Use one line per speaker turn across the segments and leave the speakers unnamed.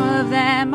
time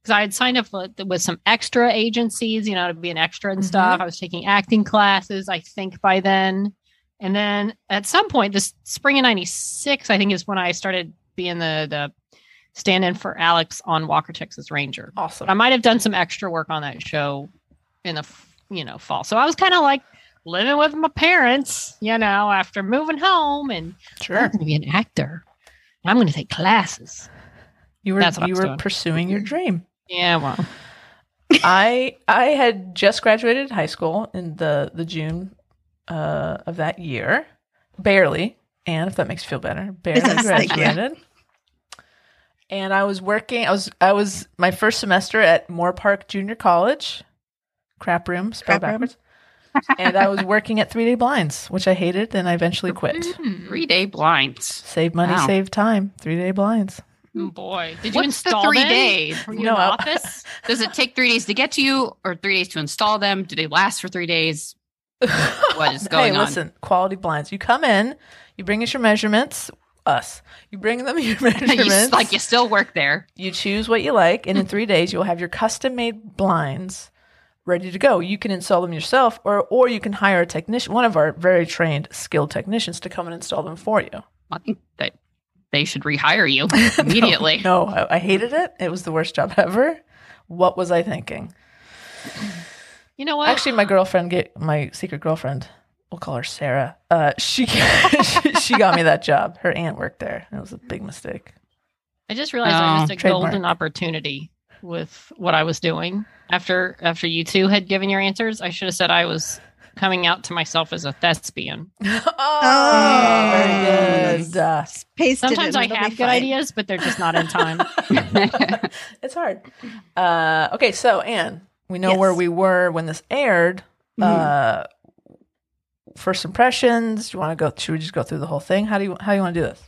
because I had signed up with, with some extra agencies, you know, to be an extra and stuff. I was taking acting classes, I think by then, and then at some point this spring of '96, I think is when I started being the the stand-in for Alex on Walker Texas Ranger. But I
Awesome.
might have done some extra work on that show in the f- you know fall. So I was kind of like living with my parents, you know, after moving home, and I'm
Sure.
going to be an actor. I'm going to take classes.
You were
That's what I
you
was
were
doing. Mm-hmm.
pursuing your dream.
Yeah, well,
I I had just graduated high school in the the June uh, of that year, barely. And if that makes you feel better, barely
does, thank you.
graduated. And I was working. I was I was my first semester at Moore Park Junior College, crap room spelled
Crap room.
backwards. and I was working at Three Day Blinds, which I hated, and I eventually quit.
Mm.
Three day blinds.
Save money,
Wow.
save time. Three Day Blinds.
Mm, boy, did you
What's
install
the three
them?
days?
Were you
No,
in the
I-
office?
Does it take three days to get to you or three days to install them? Do they last for three days? What is going
hey,
on?
listen, quality blinds. You come in, you bring us your measurements, us. You bring them your
you,
measurements.
s- like you still work there.
You choose what you like, and in three days you'll have your custom made blinds ready to go. You can install them yourself, or or you can hire a technician, one of our very trained, skilled technicians, to come and install them for you.
I think that they should rehire you immediately.
No, I, I hated it. It was the worst job ever. What was I thinking?
You know what?
Actually, my girlfriend, ga- my secret girlfriend, we'll call her Sarah. Uh, she, she she got me that job. Her aunt worked there. It was a big mistake.
I just realized
Oh,
I missed a
uh, trademark.
golden opportunity with what I was doing after after you two had given your answers. I should have said I was coming out to myself as a thespian.
Oh, very
Yes.
good. Uh,
Paste it
Sometimes
in,
I
it'll be
have good
fine.
ideas, but they're just not in time.
it's hard. Uh, okay, so Anne, we know
Yes.
where we were when this aired.
Mm-hmm.
Uh, first impressions. You want to go? Should we just go through the whole thing? How do you How do you want to do this?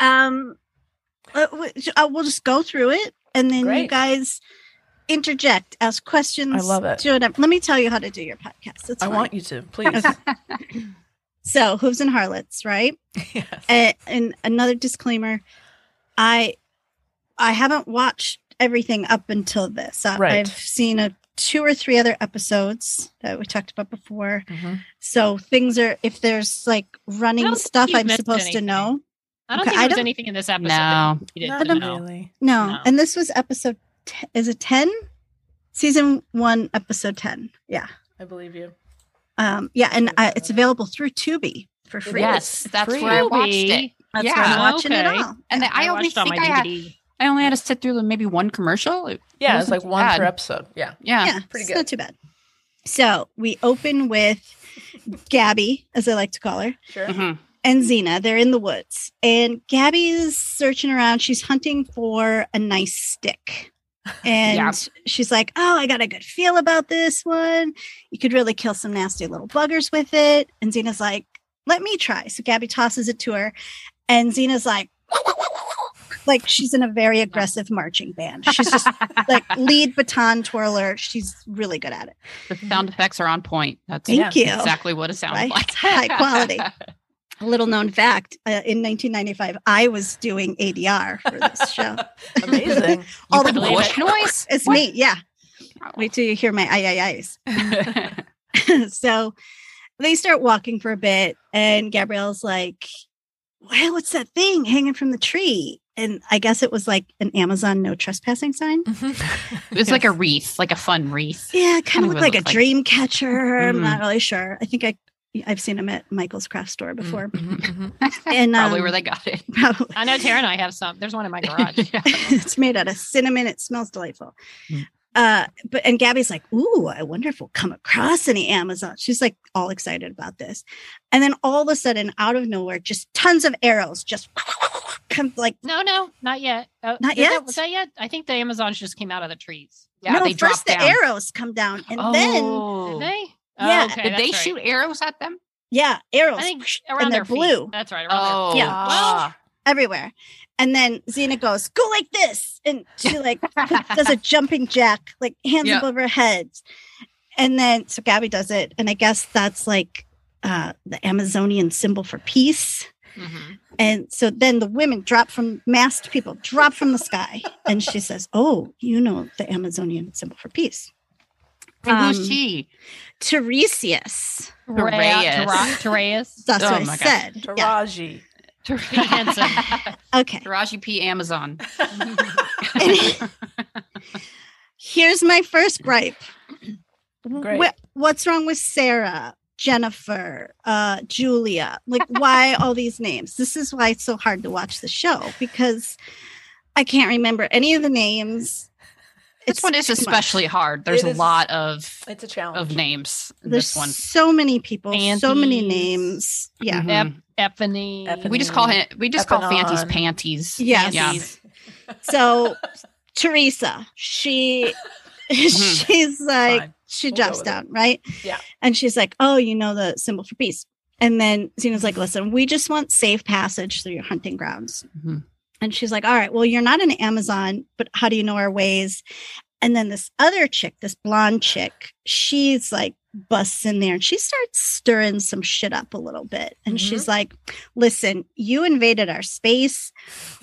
Um, uh, w- sh- uh, we'll just go through it, and then you
Great.
guys interject, ask questions.
I love it.
do whatever. Let me tell you how to do your podcast. It's
I
fine.
want you to please.
So, hooves and harlots, right?
yes.
And, and another disclaimer: I, I haven't watched everything up until this. I,
Right.
I've seen a two or three other episodes that we talked about before.
Mhm.
So things are if there's like running
I don't think
stuff
you've
I'm
missed
supposed to
anything.
know.
I don't
Okay,
think
I
there was
don't-
anything in this episode.
No.
that you
Not
didn't know.
really.
No.
No.
And this was episode t- is it 10? Season 1 episode 10. Yeah.
I believe you.
Um yeah, and I, it's available through Tubi for free.
Yes,
It's
that's
free.
where I watched it.
Ruby.
That's
yeah.
where I'm watching it
Okay.
all.
And
Yeah.
then I, only
watched all
think
my
I had,
DVD.
I only had to sit through the maybe one commercial. It-
Yeah, it's
wasn't
like
too
one
bad.
per episode. Yeah.
Yeah.
yeah,
pretty
it's
good.
not too bad. So, we open with Gabby, as I like to call her.
Sure.
Mhm.
and Xena. They're in the woods, and Gabby is searching around. She's hunting for a nice stick. And
Yeah.
she's like, Oh, I got a good feel about this one. You could really kill some nasty little buggers with it. And Xena's like, Let me try. So Gabby tosses it to her, and Xena's like, like she's in a very aggressive marching band. She's just like lead baton twirler. She's really good at it.
The sound effects are on point. That's
Thank you.
exactly what it sounds
Right?
like.
It's high quality. A little known fact uh, in 1995, I was doing ADR for this show.
Amazing.
All
the
the
believe
bush noise.
It's me, yeah. Wait till you hear my ay ay ay's. so they start walking for a bit, and Gabrielle's like, "Well, what's that thing hanging from the tree?" And I guess it was like an Amazon no trespassing sign.
It's like a wreath, like a fun wreath.
Yeah, it kind
Kinda
of
what it
looked like a
looked like.
dream catcher. I'm
Mhm.
not really sure. I think I I've seen him at Michael's craft store before,
Mhm.
Mm.
and
Probably
um,
where they got it.
probably.
I know Tara and I have some. There's one in my garage.
Yeah.
it's made out of cinnamon. It smells delightful.
Mm.
Uh, but and Gabby's like, "Ooh, I wonder if we'll come across any Amazon." She's like all excited about this, and then all of a sudden, out of nowhere, just tons of arrows just come like
No, no, not yet. Oh,
Not
did that-
yet?
was that yet? I think the Amazons just came out of the trees.
Yeah,
no.
they
first
dropped
the
down.
arrows come down, and then
Did
they?
they? Oh,
Yeah.
okay,
Oh. Did
that's
they
right.
shoot arrows at them?
yeah, arrows.
I think
and
around
they're
their feet.
blue.
That's right. Around
Oh,
their
Yeah.
Well,
everywhere. And then Xena goes, go like this. And she like does a jumping jack, like hands
Yeah.
up over her head. And then so Gabby does it. And I guess that's like uh, the Amazonian symbol for peace.
Mm-hmm.
Mhm.
And so then the women drop from masked people drop from the sky. And she says, Oh, you know the Amazonian symbol for peace.
And
Um,
who's she?
Tiresias.
Reyes.
Tara- Taraeus.
That's
Oh
what I
my God.
said. Yeah.
Taraji.
P. Henson.
Okay.
Taraji P. Amazon.
Here's my first gripe.
Great.
Wh- what's wrong with Sarah, Jennifer, uh, Julia? Like, why all these names? This is why it's so hard to watch the show because I can't remember any of the names.
this one is
too much.
especially hard. There's
It
a
is-
lot of
It's a challenge.
of names in
There's
this one.
so many people, so many
Fanties.
names. Yeah.
Mhm.
Ep- Epiphany.
We just call him. We just call
Epinon.
Fanties panties.
Yes.
Fancies.
So Teresa, she
Mm-hmm.
she's like
Fine.
she
We'll go
drops
with it.
down, right?
Oh, Yeah.
And she's like, Oh, you know the symbol for peace. And then Xena's like, listen, we just want safe passage through your hunting grounds.
Mm-hmm.
Mhm.
And she's like, All right, well, you're not an Amazon, but how do you know our ways? And then this other chick, this blonde chick, she's like busts in there and she starts stirring some shit up a little bit. And
Mhm.
she's like, Listen, you invaded our space.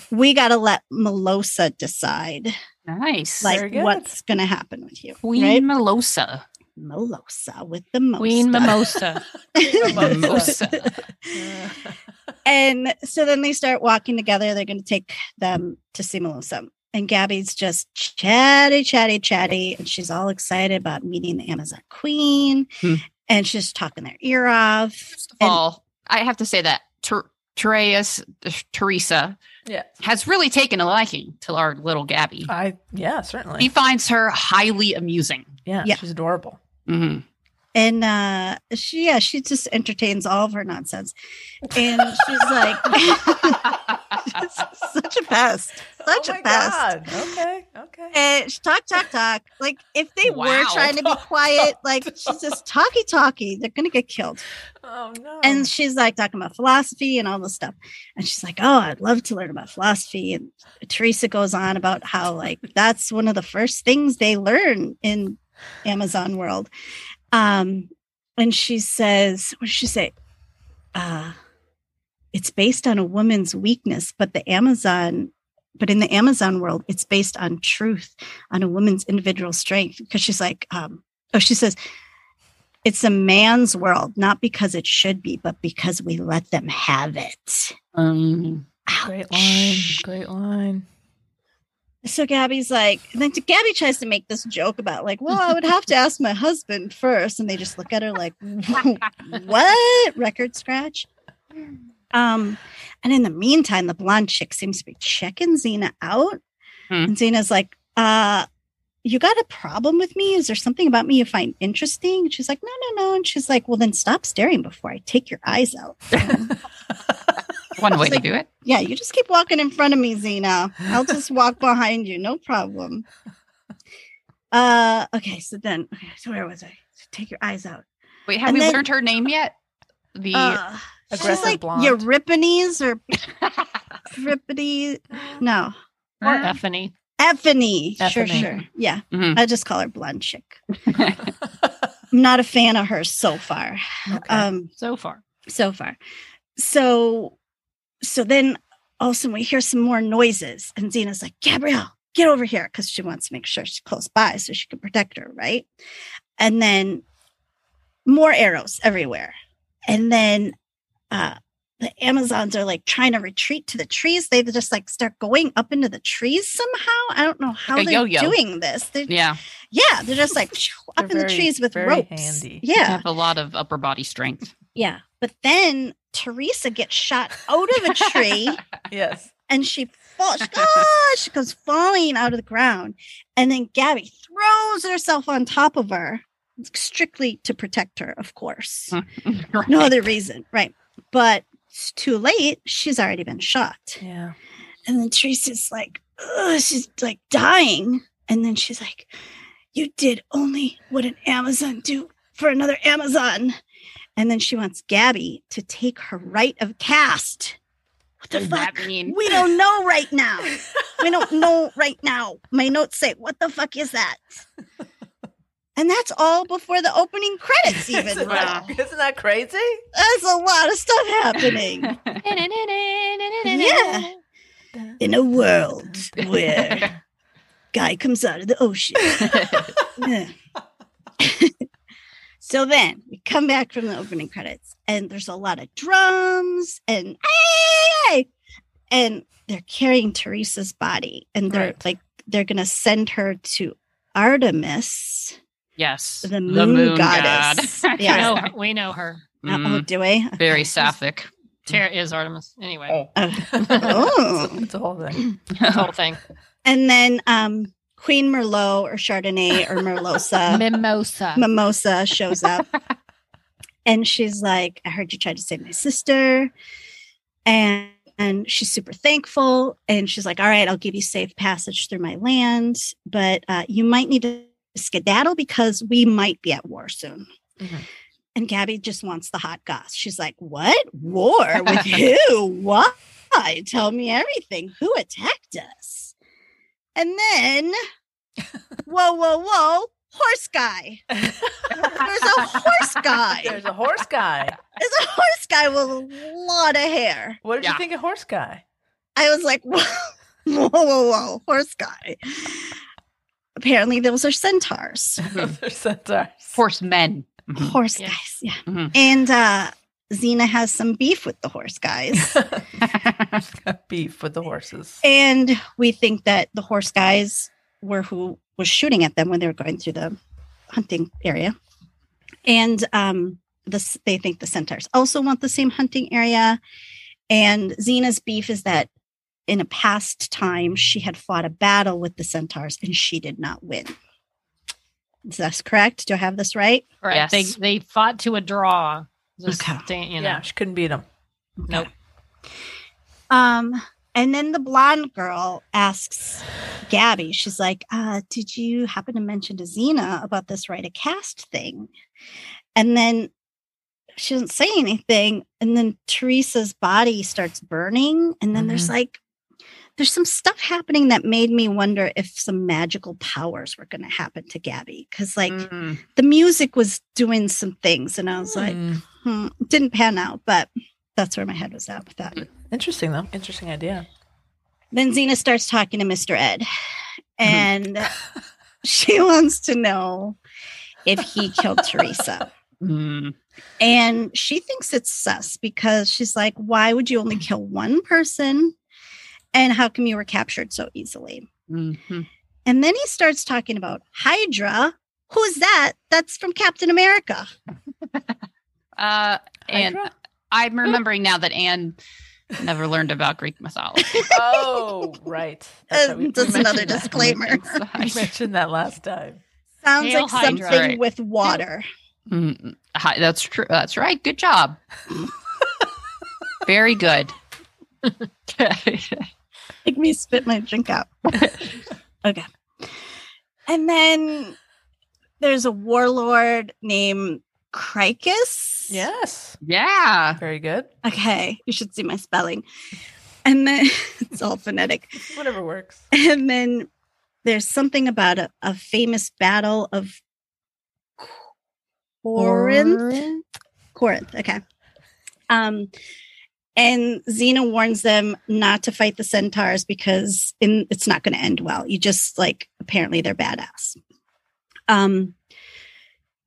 We got to let Melosa decide
Nice.
Very
like
good.
what's going to happen with you.
Queen
right?
Melosa.
Melosa with the most.
Queen Mimosa.
Mimosa.
And so then they start walking together. They're going to take them to see Melosa. And Gabby's just chatty, chatty, chatty. And she's all excited about meeting the Amazon Queen.
Hmm.
And she's talking their ear off.
First of
And-
all, I have to say that Ter- Tereus, uh, Teresa
Yeah.
has really taken a liking to our little Gabby.
I yeah,
He
certainly.
finds her highly amusing.
Yeah,
Yeah.
she's adorable.
hmm
And uh, she, yeah, she just entertains all of her nonsense. And she's like, such a pest. Such
oh
a
my
pest.
God. Okay. Okay.
And she talk, talk, talk. Like if they were
Wow.
trying to be quiet, like she's just talky, talky. They're gonna get killed.
Oh no.
And she's like talking about philosophy and all this stuff. And she's like, "Oh, I'd love to learn about philosophy." And Teresa goes on about how like that's one of the first things they learn in Amazon world. Um, and she says, "What did she say?" Uh, it's based on a woman's weakness, but the Amazon, but in the Amazon world, it's based on truth, on a woman's individual strength. Because she's like, um, oh, she says, it's a man's world, not because it should be, but because we let them have it.
Um,
great line.
Ouch.
Great line.
So Gabby's like, and then Gabby tries to make this joke about like, well, I would have to ask my husband first, and they just look at her like, what? Record scratch. Um, and in the meantime, the blonde chick seems to be checking Xena out,
Hmm.
and Xena's like, uh. You got a problem with me? Is there something about me you find interesting? And she's like, No, no, no. And she's like, Well, then stop staring before I take your eyes out.
one way
It's
to
like-
do it.
Yeah, you just keep walking in front of me, Zena. I'll just walk behind you, no problem. Uh, okay. So then, okay, so where was I? So take your eyes out.
Wait, have
And
we
then-
learned her name yet? The
Uh, she's
Aggressive
like
blonde.
Euripides or Euripides? No,
or Epiphany.
Ephany. Sure,
Ephany.
sure. Yeah,
Mm-hmm.
Mhm.
I just call her blonde chick. I'm not a fan of her so far.
Okay.
Um,
So far.
so far. So, so then all of a sudden we hear some more noises, and Xena's like, Gabrielle, get over here, because she wants to make sure she's close by so she can protect her, right? And then more arrows everywhere. And then uh the Amazons are like trying to retreat to the trees. They just like start going up into the trees somehow. I don't know how
Like a
they're
yo-yo.
doing this. They're, yeah.
yeah,
they're just like up
They're
in the
very-
trees with
very
ropes.
handy.
Yeah.
have a lot of upper body strength.
Yeah. But then Teresa gets shot out of a tree
yes.
and she falls. She, goes, "Ah!" she goes falling out of the ground. And then Gabby throws herself on top of her, strictly to protect her, of course. No other reason. Right. But it's too late. She's already been shot.
Yeah.
And then Teresa's like, Ugh, she's like dying. And then she's like, You did only what an Amazon do for another Amazon. And then she wants Gabby to take her right of cast What the
does
fuck?
that mean?
We don't know right now. we don't know right now. My notes say, what the fuck is that? And that's all before the opening credits, even. uh,
isn't,
That's
that, isn't that crazy?
a lot of stuff happening Yeah. in a world where guy comes out of the ocean. Yeah. so then we come back from the opening credits, and there's a lot of drums and "Ay!" and they're carrying Teresa's body, and they're
Right.
like they're gonna send her to Artemis,
yes,
the moon, goddess.
We
yeah.
know her- we know her.
Uh,
Mm,
Oh, do I?
very sapphic.
Tara is Artemis. Anyway,
Oh.
It's a- it's a whole thing.
the whole thing.
And then um, Queen Merlot or Chardonnay or Merlosa.
Mimosa.
Mimosa shows up and she's like, I heard you tried to save my sister. And and she's super thankful. And she's like, All right, I'll give you safe passage through my land, but uh, you might need to skedaddle because we might be at war soon.
Mhm.
And Gabby just wants the hot goss. She's like, What? War? With who? Why? Tell me everything. Who attacked us? And then, whoa, whoa, whoa, horse guy. There's a horse guy. There's
There's a horse guy.
a horse guy with a lot of hair.
What did
Yeah.
you think of horse guy?
I was like, whoa, whoa, whoa, whoa, horse guy. Apparently, those are centaurs,
Those are centaurs.
Horse men. Mhm.
horse
Yeah.
guys. Yeah.
Mhm.
And uh, Xena has some beef with the horse guys.
Got beef with the horses.
and we think that the horse guys were who was shooting at them when they were going through the hunting area. And um, this, they think the centaurs also want the same hunting area. And Xena's beef is that in a past time, she had fought a battle with the centaurs and she did not win. Is that correct? Do I have this right?
Right.
Yes.
They they fought to a draw. Just,
Okay.
da- you know.
Yeah, she couldn't beat him.
Nope.
Um, and then the blonde girl asks Gabby, she's like, uh, did you happen to mention to Xena about this write a cast thing? And then she doesn't say anything. And then Teresa's body starts burning. And then there's like, there's some stuff happening that made me wonder if some magical powers were going to happen to Gabby. Cause like
Mm.
the music was doing some things. And I was like,
Hmm.
hmm, it didn't pan out, but that's where my head was at with that.
Interesting though. Interesting idea.
then Xena starts talking to Mr. Ed and she wants to know if he killed Teresa.
Mm.
And she thinks it's sus because she's like, why would you only kill one person? And how come you were captured so easily?
Mhm.
And then he starts talking about Hydra. Who's that? That's from Captain America.
Uh, and
Hydra?
I'm remembering now that Anne never learned about Greek mythology.
oh, right.
Uh,
right, we- we
that's
mentioned
another
that.
disclaimer.
We mentioned that last time.
Sounds
Hail
like
Hydra.
something
Right.
with water.
Mm, hi- that's true. That's right. Good job. Very good.
Make me spit my drink out. okay. And then there's a warlord named Crichus.
Yes.
yeah.
Very good.
Okay. You should see my spelling. And then it's all phonetic.
Whatever works.
And then there's something about a, a famous battle of Corinth. Corinth. Okay. Um, and Xena warns them not to fight the centaurs because in, it's not going to end well. You just like apparently they're badass. Um,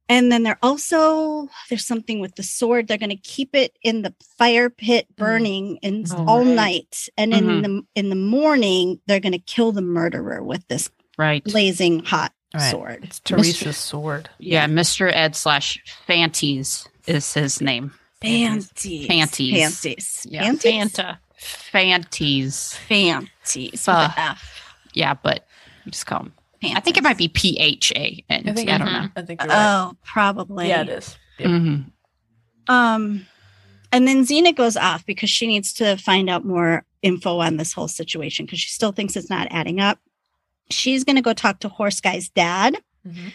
and then they're also there's something with the sword. They're going to keep it in the fire pit burning and
Oh,
all
right.
night, and in the in the morning they're going to kill the murderer with this
Right.
blazing hot
Right.
sword.
It's Teresa's sword.
Yeah. Mr. Ed slash Fantes is his name.
Fancies.
Fanties.
Fancies.
Yeah.
Fanties.
Fanta.
Fantes.
Fancies. with
Fuh.
a
Ah,
F.
Yeah, but you just call him. I think it might be P H A N.
I think
I don't
mhm.
know.
I think you're right.
Oh, probably.
yeah, it is. Yeah.
Mhm.
Um, and then Xena goes off because she needs to find out more info on this whole situation because she still thinks it's not adding up. She's going to go talk to Horse Guy's dad,
Mhm.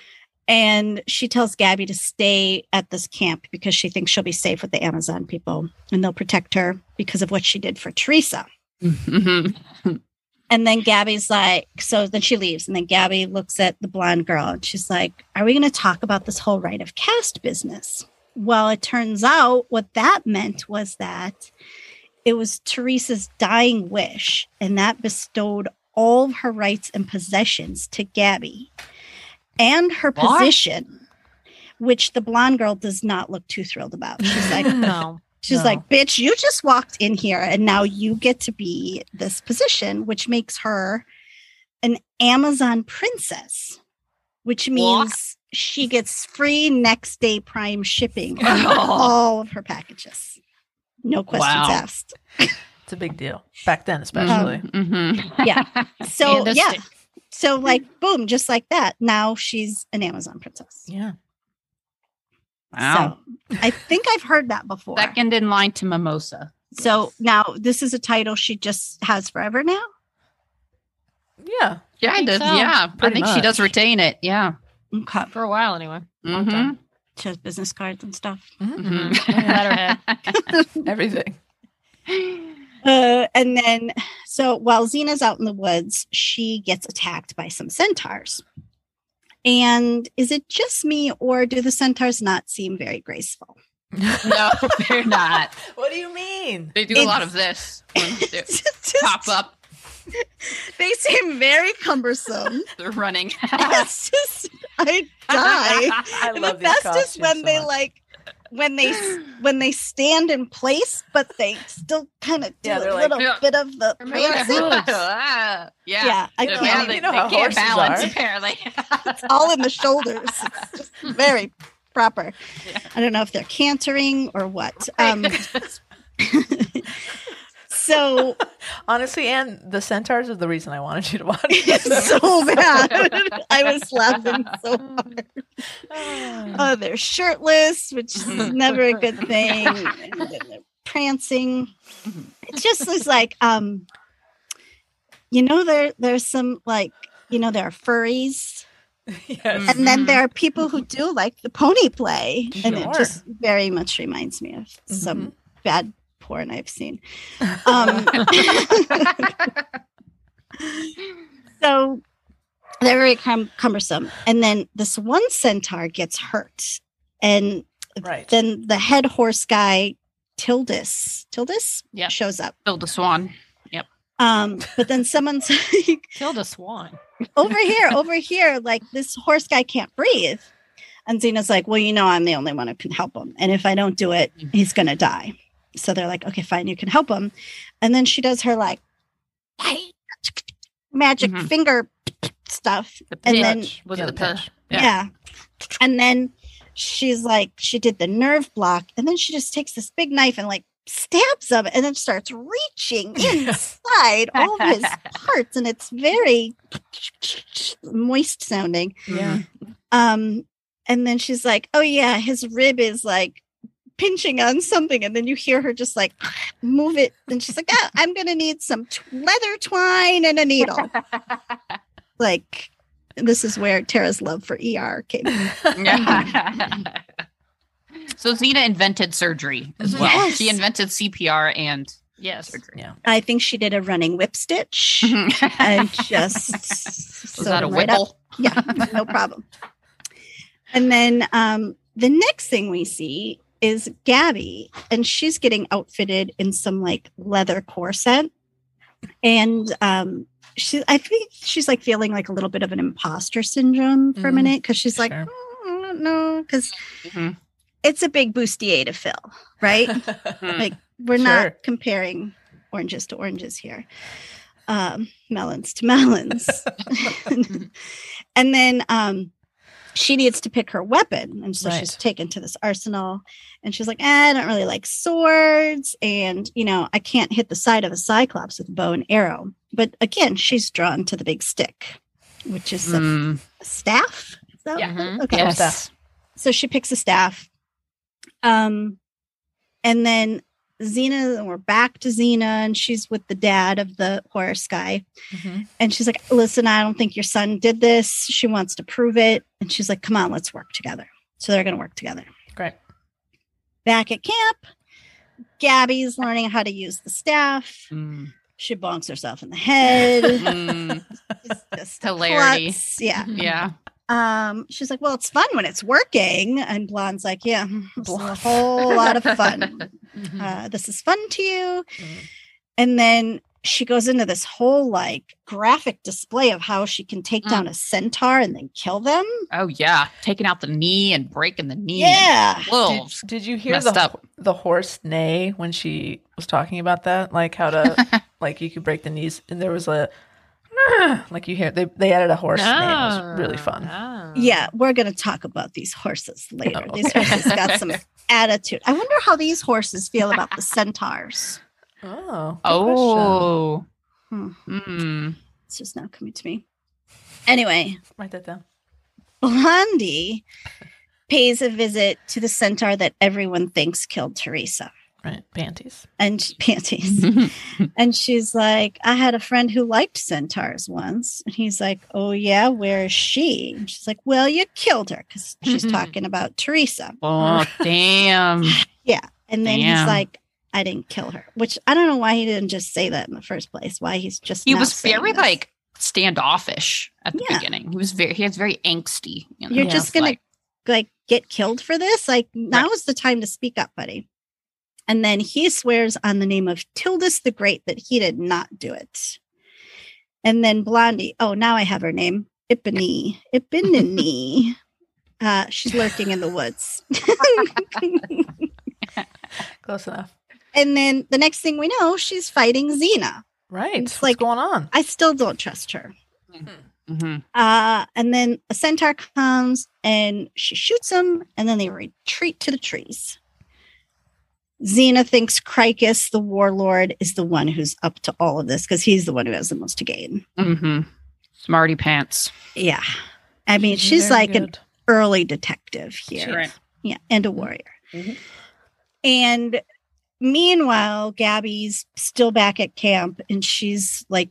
And she tells Gabby to stay at this camp because she thinks she'll be safe with the Amazon people and they'll protect her because of what she did for Teresa.
Mhm.
And then Gabby's like, so then she leaves. And then Gabby looks at the blonde girl and she's like, Are we going to talk about this whole rite of caste business? Well, it turns out what that meant was that it was Teresa's dying wish, and that bestowed all of her rights and possessions to Gabby and her
What?
position, which the blonde girl does not look too thrilled about. She's like,
no.
She's
No.
like, bitch, you just walked in here and now you get to be this position, which makes her an Amazon princess, which
What?
means she gets free next day prime shipping on
Oh.
all of her packages. No questions
Wow.
asked.
It's a big deal back then, especially.
Um,
Mhm.
So,
And a
yeah.
stick.
So, like, boom, just like that. Now she's an Amazon princess.
Yeah.
Wow.
So, I think I've heard that before.
Second in line to Mimosa.
so, now this is a title she just has forever now.
Yeah.
Yeah,
think
does.
so.
Yeah, I
Pretty
think she does
much.
retain it. Yeah.
Okay.
For a while, anyway. Long
Mhm.
time.
She has business cards and stuff.
Mhm.
Letterhead.
Everything.
Uh, and then, so while Xena's out in the woods, she gets attacked by some centaurs. And is it just me, or do the centaurs not seem very graceful?
Mm-hmm. no, they're not.
What do you mean?
They do a lot of this. when they
Just-
Pop up.
They seem very cumbersome.
They're running.
That's just, I die.
I
And
love
the
these
best
costumes
is when
so
they
much.
like when they s- when they stand in place, but they still kind of do
Yeah,
a
they're like,
little
yeah.
bit of the
Remember their
prancing.
hooves.
yeah.
Yeah, I
They're
can't.
bad.
You
they,
know
they
how
can't
horses
balance
are.
apparently.
all in the shoulders. It's just very proper.
Yeah.
I don't know if they're cantering or what. Um, so
Honestly, and the centaurs is the reason I wanted you to watch
it's
this.
so bad. I was laughing so hard.
Ah.
Oh, they're shirtless, which is
Mhm.
never a good thing. And then they're prancing.
Mhm.
It just is like, um, you know, there there's some like, you know, there are furries.
yes.
And then
Mhm.
there are people who do like the pony play. And it
Sure.
just very much reminds me of some bad porn I've seen. Um, so they're very cum- cumbersome. And then this one centaur gets hurt. And
Right.
then the head horse guy, Tildis, Tildis
Yeah.
shows up.
Build a swan.
Um, but then someone's like,
Killed a swan.
over here, over here. Like this horse guy can't breathe. And Zena's like, well, you know, I'm the only one who can help him. And if I don't do it, he's going to die. So they're like, okay, fine, you can help him. And then she does her like magic
Mhm.
finger stuff.
The
And
pitch.
then-
was
Yeah,
it
the
the,
pitch.
Yeah.
Yeah. And then she's like, she did the nerve block. And then she just takes this big knife and like stabs him and then starts reaching inside all of his parts. And it's very moist sounding.
Yeah.
Um, and then she's like, "Oh yeah, his rib is like pinching on something," and then you hear her just like move it, and she's like, oh, "I'm gonna need some t- leather twine and a needle." like, this is where Tara's love for ER came. From.
Yeah. so Xena invented surgery as well.
Yes.
She invented CPR and
Yes.
surgery.
I think she did a running whip stitch and just
Mm-hmm. was
sewed
that a
him right up.
whipple?
yeah, no problem. And then um, the next thing we see is Gabby, and she's getting outfitted in some like leather corset, and um, she, I think she's like feeling like a little bit of an imposter syndrome for a
Mm,
minute because she's like,
sure.
"Mm, I don't know, because
Mhm.
it's a big bustier to fill, right?
Hmm.
like we're
Sure.
not comparing oranges to oranges here um melons to melons and then um she needs to pick her weapon and so she's
Right.
taken to this arsenal and she's like "Eh, i don't really like swords and you know i can't hit the side of a cyclops with a bow and arrow but again she's drawn to the big stick which is a
Hmm.
Mm,
staff Is that
Yeah.
what-
Mhm.
okay
yes.
so she picks a staff um and then Xena, and we're back to Xena, and she's with the dad of the horse guy.
Mhm.
And she's like, Listen, I don't think your son did this. She wants to prove it. And she's like, Come on, let's work together. So they're going to work together.
Great.
Back at camp, Gabby's learning how to use the staff.
Mm.
She bonks herself in the head.
Mm.
It's just
Hilarity.
klutz. Yeah.
yeah.
Um, she's like, Well, it's fun when it's working. And Blonde's like, Yeah, this is a
Blonde.
whole lot of fun.
Mm-hmm.
Mhm.
uh, this is fun to you.
Mhm.
And then she goes into this whole like graphic display of how she can take
Mm.
down a centaur and then kill them.
Oh yeah. Taking out the knee and breaking the knee.
Yeah.
Did,
Wolves.
did you hear
Oh, messed
the
up.
the horse neigh when she was talking about that? Like how to like you could break the knees and there was a like you hear they they added a horse neigh. It
Ah.
was really
No,
fun.
no.
Yeah. We're going to talk about these horses later.
Oh.
These horses got some attitude. I wonder how these horses feel about the centaurs.
Oh. good
Oh.
Hmm.
Mm.
It's just now coming to me. Anyway,
question. Write that down.
Blondie pays a visit to the centaur that everyone thinks killed Teresa
Right. Panties.
and she- panties.
Mm-hmm. Hmm.
And she's like, I had a friend who liked centaurs once. And he's like, Oh, yeah, where is she? And she's like, Well, you killed her because she's
Mm-hmm.
talking about Teresa.
oh damn.
And then he's
Damn.
like, I didn't kill her, which I don't know why he didn't just say that in the first place. Why he's just
He
now
was
saying
very
this.
like standoffish at the
Yeah.
beginning. He was very he was very angsty. You know?
You're
He
just
was
gonna-
like,
like get killed for this. Like now is the time to speak up, buddy. And then he swears on the name of Tildas the Great that he did not do it. And then Blondie, oh, now I have her name, Ipanee, Ipinini. uh, she's lurking in the woods.
Close enough.
and then the next thing we know, she's fighting Xena.
Right.
It's
What's
like-
going on?
I still don't trust her.
mhm.
Uh, and then a centaur comes and she shoots him, and then they retreat to the trees. Xena thinks Cricus, the warlord, is the one who's up to all of this because he's the one who has the most to gain.
Mhm. Smarty pants.
Yeah. I mean, she's
Very
like an
good.
early detective
She
here.
is.
Yeah, and a warrior.
Mhm.
And meanwhile, Gabby's still back at camp and she's like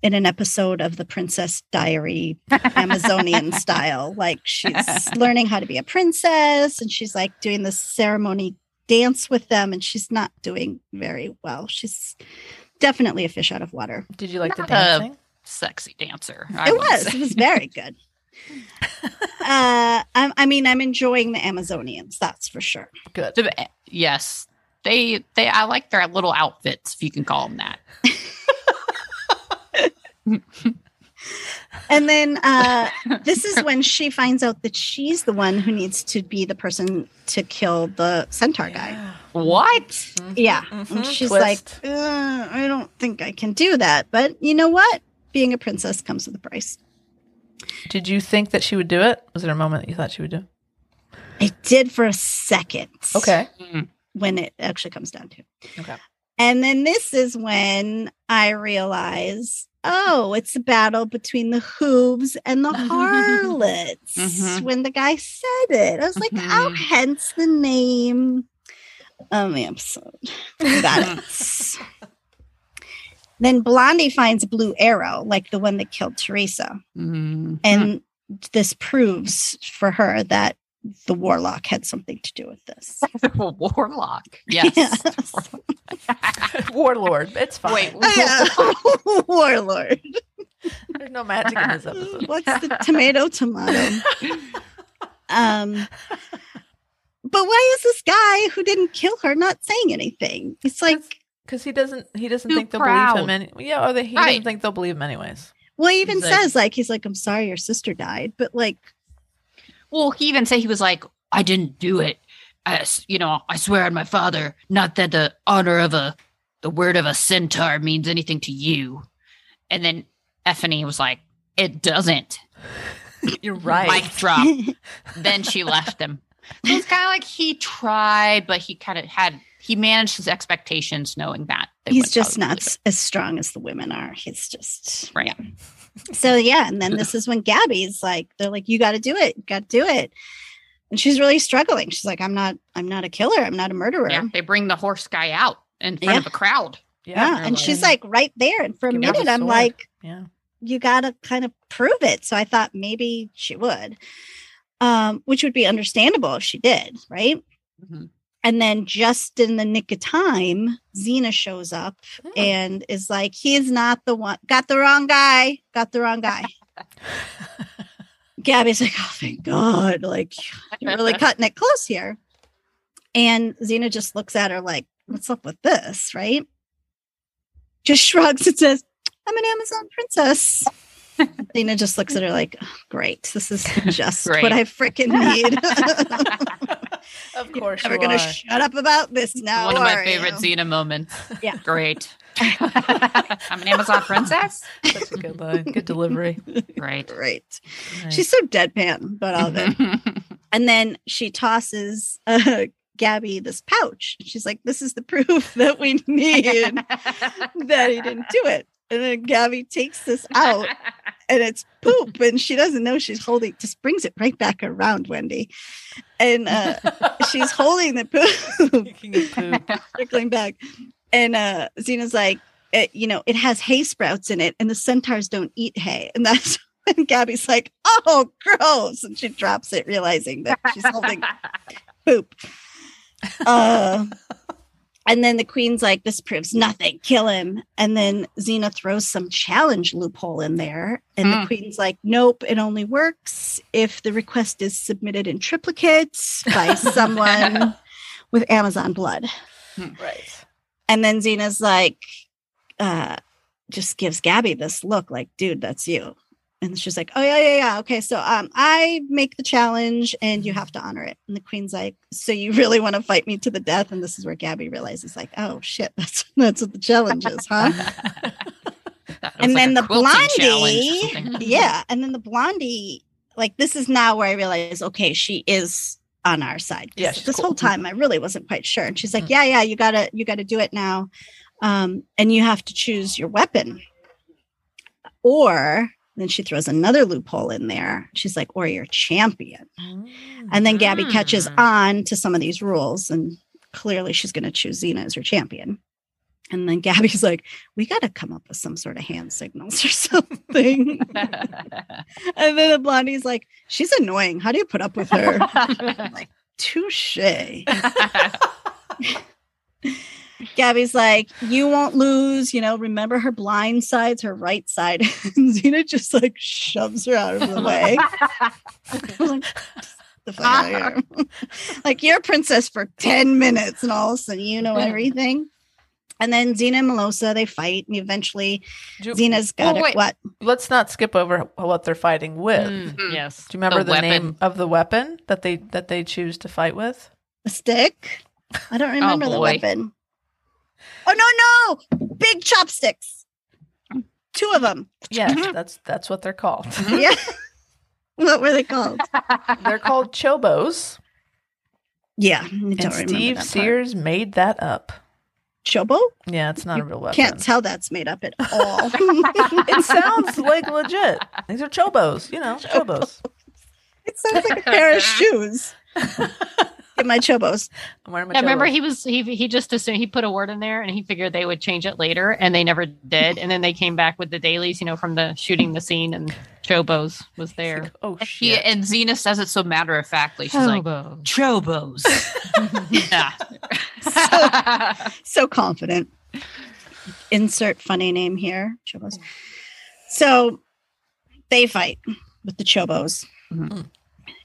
in an episode of the Princess Diary, Amazonian style. Like she's learning how to be a princess and she's like doing this ceremony dance with them and she's not doing very well. She's definitely a fish out of water.
Did you like the
Not a-
dancing?
Sexy dancer.
it was. It was very good. uh, I, I mean, I'm enjoying the Amazonians, that's for sure.
Good.
The- yes. They they I like their little outfits, if you can call them that.
And then uh, this is when she finds out that she's the one who needs to be the person to kill the centaur guy.
Yeah.
What?
Mhm.
Yeah.
Mhm.
And she's
Twist.
like, "Uh, I don't think I can do that. But you know what? Being a princess comes with a price.
Did you think that she would do it? Was there a moment that you thought she would do? it?
I did for a second.
Okay.
Mm.
When it actually comes down to.
Okay.
And then this is when I realize, oh, it's a battle between the hooves and the harlots.
Mhm.
When the guy said it, I was like, oh,
Mhm.
hence the name of the episode. Got it. then Blondie finds Blue Arrow, like the one that killed Teresa.
Mm.
And this proves for her that the warlock had something to do with this.
warlock. Yes.
Warlord. It's fine.
Wait,
Warlord.
There's no magic in this episode.
What's the tomato tomato? Um But why is this guy who didn't kill her not saying anything? It's like,
Because he doesn't. He doesn't
Too
think they'll believe
proud.
him. Any- yeah. Or they, he
Right.
doesn't think they'll believe him anyways.
well, he even
He's like-
says like he's like, I'm sorry your sister died, but like,
Well, he even said he was like, I didn't do it. I s you know, I swear on my father, not that the honor of a, the word of a centaur means anything to you. And then Effany was like, it doesn't.
You're right.
Mic drop. then she left him. So it's kind of like he tried, but he kind of had, he managed his expectations knowing that. they
he's
wouldn't
just
probably
not
believe
s- as strong as the women are. He's just
Right.
yeah. So yeah, and then this is when Gabby's like, they're like, you got to do it, got to do it, and she's really struggling. She's like, I'm not, I'm not a killer, I'm not a murderer.
it. Yeah, they bring the horse guy out in front
Yeah.
of a crowd.
Yeah.
they're
And she's like right there. And for a
Give her the
minute, I'm
sword.
like,
yeah.
you got to kind of prove it. So I thought maybe she would, um, which would be understandable if she did. Right.
Mm-hmm.
Mhm.
And then just in the nick of time, Xena shows up
Hmm.
and is like, he is not the one, got the wrong guy, got the wrong guy. Gabby's like, oh, thank God. Like, you're really cutting it close here. And Xena just looks at her like, what's up with this? Right. Just shrugs and says, I'm an Amazon princess. Xena just looks at her like, "Oh, great. This is just
Great.
what I freaking need.
of course,
Never
you
going to
are.
shut up about this now.
One of my
Oh, are
favorite
you?
Xena moments.
Yeah.
Great. I'm an Amazon princess.
That's a good line. Good delivery.
Great.
Great.
Nice.
She's so deadpan about all of it. And then she tosses uh, Gabby this pouch. She's like, this is the proof that we need. that he didn't do it. And then Gabby takes this out and it's poop and she doesn't know she's holding just brings it right back around Wendy. And uh she's holding the poop
Speaking of poop.
circling back. And uh Xena's like it, you know, it has hay sprouts in it and the centaurs don't eat hay. And that's and Gabby's like, "Oh, gross." And she drops it realizing that she's holding poop. Uh, and then the queen's like, this proves nothing, kill him. And then Xena throws some challenge loophole in there. And the
Mm.
queen's like, nope, it only works if the request is submitted in triplicate by someone with Amazon blood.
Right.
And then Xena's like, uh, just gives Gabby this look like, dude, that's you. And she's like, oh, yeah, yeah, yeah. Okay. So um, I make the challenge and you have to honor it. And the queen's like, so you really want to fight me to the death? And this is where Gabby realizes, like, oh, shit, that's, that's what the challenge is, huh? And then the blondie- yeah. And then the blondie, like, this is now where I realize, okay, she is on our side. 'Cause
Yeah, she's
this
cool. Mm-hmm.
whole time I really wasn't quite sure. And she's like,
Mm.
yeah, yeah, you gotta, you gotta do it now. Um, and you have to choose your weapon. Or then she throws another loophole in there. She's like, or your champion.
Mm.
And then Gabby catches
Mm.
on to some of these rules, and clearly she's going to choose Xena as her champion. And then Gabby's like, we got to come up with some sort of hand signals or something. and then the blondie's like, she's annoying. How do you put up with her? Touche. Gabby's like, you won't lose. You know, remember her blind sides, her right side. and Xena just like shoves her out of the way. I'm like, "Just the fuck out of here. like you're a princess for 10 minutes and all of a sudden you know everything. And then Xena and Melosa, they fight and eventually
Do-
Xena's got
Oh,
it.
wait.
What?
let's not skip over wh- what they're fighting with.
Mm,
Mm.
yes.
Do you remember
The
the,
weapon.
name of the weapon that they that they choose to fight with?
A stick? I
Oh,
don't remember the
boy.
weapon. Oh no, no! Big chopsticks. Two of them.
Yes,
Mm-hmm.
that's that's what they're called.
Yeah. what were they called?
they're called chobos,
Yeah. I don't
and
remember that
Steve
part.
Sears made that up.
Chobo?
Yeah, it's not a real weapon.
Can't tell that's made up at all.
it sounds like legit. These are chobos, you know, chobos.
it sounds like a pair of shoes. Get my chobos.
I'm wearing my
I remember
chobos.
he was he he just assumed he put a word in there and he figured they would change it later and they never did and then they came back with the dailies you know from the shooting the scene and Chobos was
It's
there.
like, oh
She,
shit.
and Xena says it so matter of factly.
Oh,
She's like, Chobos. yeah.
so confident. Insert funny name here, Chobos. So they fight with the Chobos,
Mhm.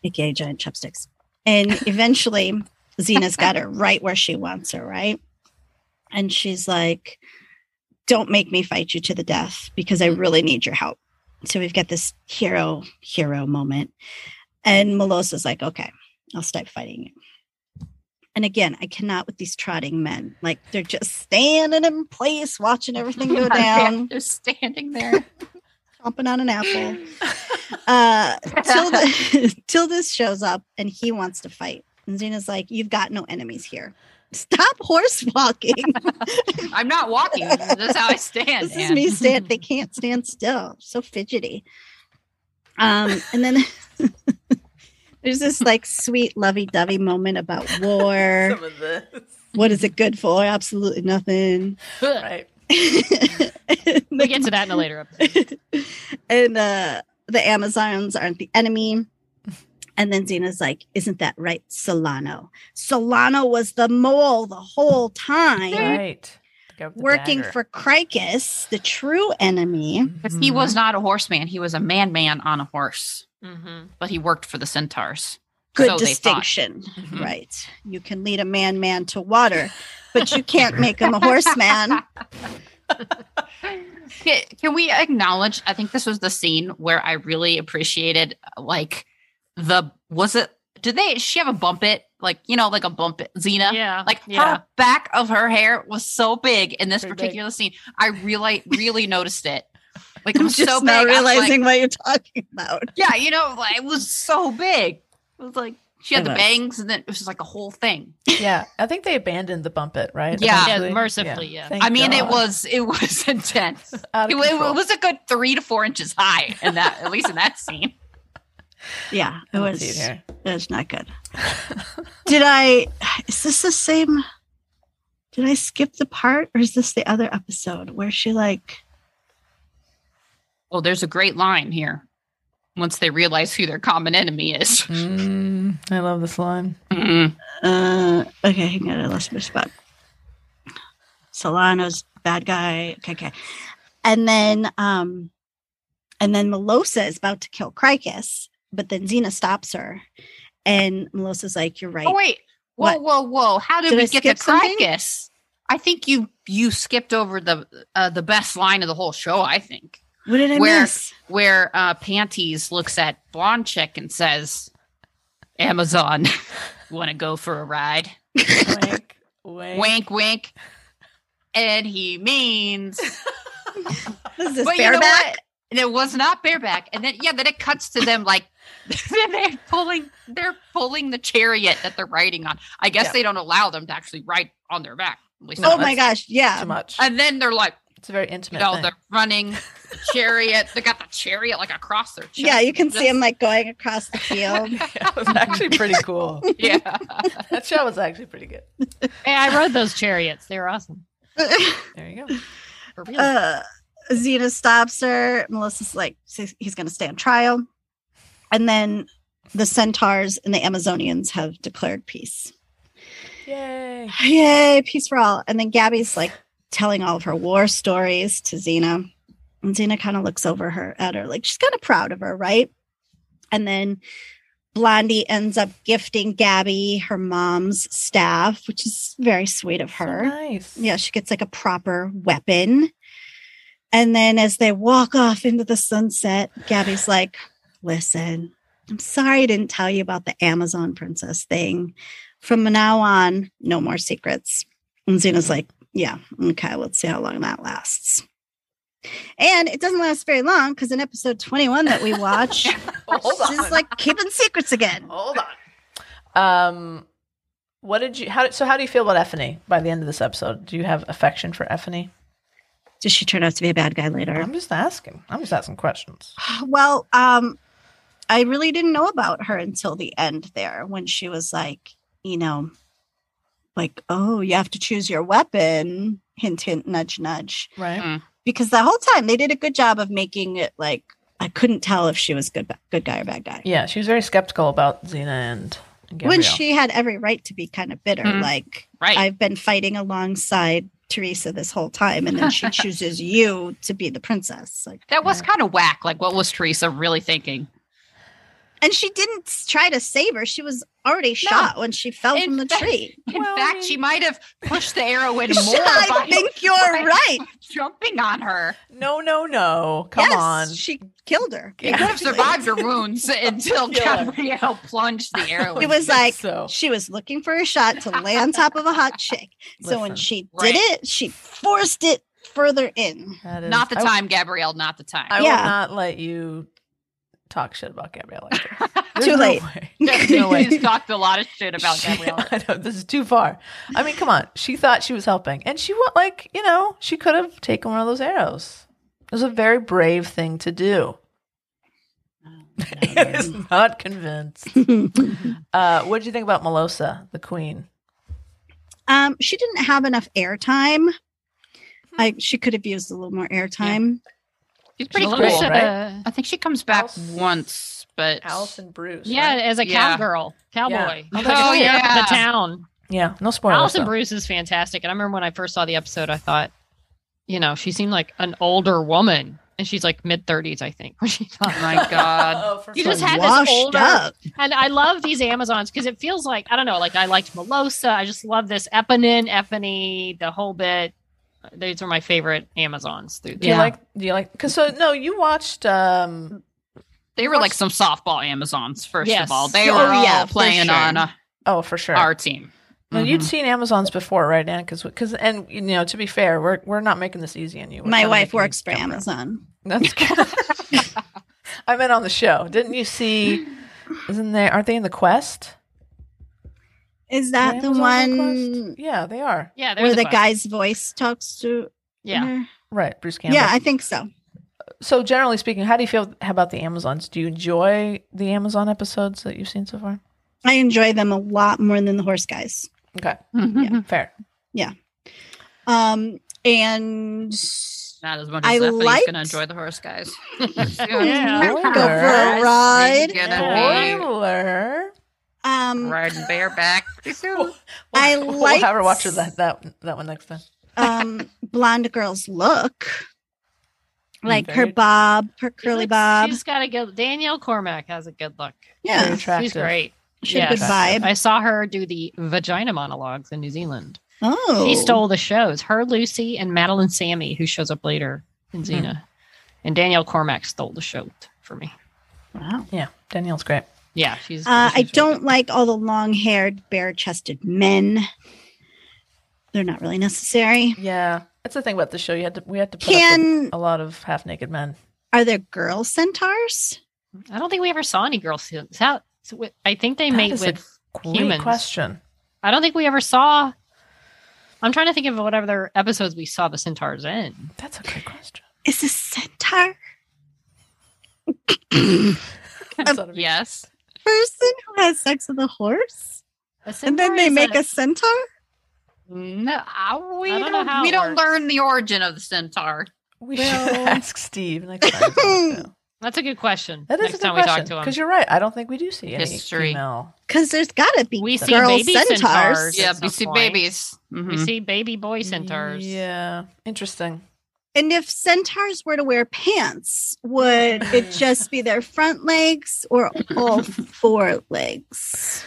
aka giant chopsticks. And eventually, Xena's got her right where she wants her, right? And she's like, Don't make me fight you to the death because I really need your help. So we've got this hero, hero moment. And Melosa's like, Okay, I'll stop fighting you. And again, I cannot with these trotting men. Like they're just standing in place, watching everything go down,
Just standing there.
chomping on an apple. Uh, Tilda, Tilda's shows up and he wants to fight. And Xena's like, You've got no enemies here. Stop horse walking.
I'm not walking. This is how I stand.
this is
Anne.
me stand. They can't stand still. So fidgety. Um, and then there's this like sweet lovey dovey moment about war.
Some of this.
What is it good for? Absolutely nothing.
Uh,
Right.
We'll get to that in a later episode.
and uh, the Amazons aren't the enemy. And then Xena's like, isn't that right, Solano? Solano was the mole the whole time,
Right. Go with the
working
dagger.
for Cricus, the true enemy.
Because he
Mhm.
was not a horseman. He was a man man on a horse,
Mm-hmm.
but he worked for the centaurs.
Good
So they thought.
distinction.
Mhm.
Right. You can lead a man man to water, but you can't make him a horseman.
Can, can we acknowledge? I think this was the scene where I really appreciated, like, the was it? Did they? Did she have a bump it? Like you know, like a bump it, Xena.
Yeah.
Like
yeah.
her back of her hair was so big in this
Pretty big.
particular scene. I really, really noticed it. Like it
I'm
was
just
so big. I
now
was like,
realizing what you're talking about.
yeah, you know, like, it was so big. It was like she had
It
the
was.
bangs, and then it was just like a whole thing.
Yeah, I think they abandoned the bump it, right?
Yeah.
Yeah,
Eventually?
mercifully, yeah.
Thank
I mean, it
God.
was it was intense. It,
Out of
wa- it
control.
was a good three to four inches high in that, at least in that scene.
Yeah, it
Let's
was,
see
it
here.
was not good. Did I, is this the same? Did I skip the part or is this the other episode where she like,
Oh, there's a great line here. Once they realize who their common enemy is. Mm.
Mm, I love this line.
uh, okay, hang on, I lost my spot. Solano's bad guy. Okay, okay. And then, um, and then Melosa is about to kill Cricus, but then Xena stops her. And Melosa's like, you're right.
Oh wait. Whoa,
What?
whoa, whoa. How did,
Did
we
I
get
skip
to
something?
Cricus? I think you you skipped over the uh, the best line of the whole show, I think.
what did I
where-
miss?
Where uh Panties looks at Blonde Chick and says, Amazon, wanna go for a ride?
Wink, wink.
Wink wink. And he means
What is this,
But you know
bareback?
what? And it was not bareback. And then yeah, then it cuts to them like they're pulling they're pulling the chariot that they're riding on. I guess
Yeah.
they don't allow them to actually ride on their back. at least
No,
not
oh my
much.
gosh, yeah.
Too much.
And then they're like,
It's a very
you
intimate.
know,
thing.
they're running the chariot. They got the chariot like across their chest.
Yeah, you can see
Just-
him like going across the field.
Yeah, it was actually pretty cool.
Yeah.
That show was actually pretty good.
Hey, I rode those chariots. They were awesome.
There you go.
For real.
uh, Xena stops her. Melissa's like, says he's going to stay on trial. And then the centaurs and the Amazonians have declared peace.
Yay.
Yay, peace for all. And then Gabby's like telling all of her war stories to Xena. And Xena kind of looks over her at her, like she's kind of proud of her, right? And then Blondie ends up gifting Gabby her mom's staff, which is very sweet of
So
her.
nice.
Yeah, she gets like a proper weapon. And then as they walk off into the sunset, Gabby's like, listen, I'm sorry I didn't tell you about the Amazon princess thing. From now on, no more secrets. And Xena's like, yeah, okay, let's see how long that lasts. And it doesn't last very long because in episode 21 that we watch,
Oh, hold on.
she's like keeping secrets again.
hold on. Um, what did you? How so? How do you feel about Effany by the end of this episode? Do you have affection for E? Effany?
Does she turn out to be a bad guy later?
I'm just asking. I'm just asking questions.
Well, um, I really didn't know about her until the end there when she was like, you know, like, oh, you have to choose your weapon. Hint, hint, nudge, nudge.
Right.
Because the whole time they did a good job of making it like I couldn't tell if she was good, good guy or bad guy.
Yeah, she was very skeptical about Xena and. and Gabrielle.
When she had every right to be kind of bitter,
Mhm.
like
Right.
I've been fighting alongside Teresa this whole time, and then she chooses you to be the princess. Like,
that was kind of whack. Like, what was Teresa really thinking?
And she didn't s- try to save her. She was already shot when she fell
In
from the
fact-
tree.
In
Well, I
fact,
mean-
she might have pushed the arrow in more
I
by
think you're
by
right.
jumping on her.
No, no, no. Come
yes,
on.
she killed her.
You could have
Congratulations.
survived your wounds until
Yeah.
Gabrielle plunged the arrow.
It was like
so.
she was looking for a shot to lay on top of a hot chick. So when
Listen,
she
right.
did it, she forced it further in.
That is-
not the
I-
time, Gabrielle. Not the time.
I, will
Yeah.
not let you talk shit about Gabrielle. Like that. There's
Too
no
late.
way.
She's
no way.
talked a lot of shit about
She-
Gabrielle.
I know this is too far. I mean, come on. She thought she was helping, and she went like you know she could have taken one of those arrows. It was a very brave thing to do. Anne is not convinced. uh, what did you think about Melosa, the queen?
Um, she didn't have enough airtime. Like she could have used a little more airtime.
She's pretty
Pretty
cool.
Melissa,
cool,
right?
right?
I think she comes back
Alice-
once, but
Alice and Bruce.
Yeah,
right?
as a
Yeah.
cowgirl, cowboy.
Yeah.
Oh,
She grew up in
yeah. Oh,
the town.
yeah. No spoilers.
Alison
though.
Bruce is fantastic. And I remember when I first saw the episode, I thought, you know, she seemed like an older woman, and she's like mid thirties, I think, when she
oh
thought.
my god,
Oh, for
You
fun.
just had this
washed
older-
up.
And I love these Amazons because it feels like I don't know, like I liked Melosa. I just love this Eponin, Ephany, the whole bit. These are my favorite Amazons through
Do
the
you
Yeah.
like? Do you like? Because so no, you watched. um
they were like some softball Amazons. First
Yes.
of all, they
Oh,
were all
yeah, for
playing
sure.
on uh,
Oh, for sure.
our team.
No, you'd
Mm-hmm.
Mhm.
seen Amazon's before, right, Anna? Because and you know, to be fair, we're we're not making this easy on you. We're
My
kinda
wife
making you
works for
jump around.
Amazon.
That's good. I meant on the show. Didn't you see? Isn't they? Aren't they in the quest?
Is that the
Amazon on
one
Quest? Yeah, they are.
Yeah, there's
where the
a guy.
guy's voice talks to
Yeah,
her?
Right, Bruce Campbell.
Yeah, I think so.
So generally speaking, how do you feel about the Amazons? Do you enjoy the Amazon episodes that you've seen so far?
I enjoy them a lot more than the horse guys.
Okay,
Mhm.
fair.
Um, and
Not as much as
I
Stephanie's
liked-
gonna enjoy the horse guys.
Yeah.
go for a
Spoilers.
ride.
She's gonna
Spoiler.
be
Um,
riding bareback.
I
We'll have her watch
liked-
that that that one next time.
um, blonde girl's look, like her
Very-
bob, her curly
She's-
bob.
She's got a good. Danielle Cormack has a good look.
Very
Yeah,
attractive.
She's great.
she had a good
Yes.
vibe.
I saw her do the vagina monologues in New Zealand.
Oh,
She stole the shows. Her Lucy and Madeline Sammy, who shows up later in
Hmm.
Xena. And Danielle Cormack stole the show t- for me.
Wow.
Yeah, Danielle's great.
Yeah, she's.
Uh,
she's
I
really
don't like all the long-haired, bare-chested men. They're not really necessary.
Yeah, that's the thing about the show. You had to we had to put up with
Can
a lot of half naked men.
are there girl centaurs?
good. I don't think we ever saw any girls. who- How, so wi- I think they
That
mate
is a
with.
Great
Humans.
question.
I don't think we ever saw. I'm trying to think of whatever other episodes we saw the centaurs in.
That's a good question.
Is a centaur
yes.
a person who has sex with a horse,
A
and then
centaur
they
is
make a centaur?
No, I- we
I
don't.
don't know how
we
it
don't
works.
learn the origin of the centaur.
We should
Well-
ask Steve next time. Yeah.
That's a good question.
That is
Next
a good
time
question.
we talk to
Because
him.
you're right. I don't think we do see any
History.
female.
Because there's got to be
We see
girl
baby
centaurs.
centaurs.
Yeah,
At
we
some
see
point.
babies. Mhm.
We see baby boy centaurs.
Hmm. Yeah, interesting.
And if centaurs were to wear pants, would it just be their front legs or all four legs?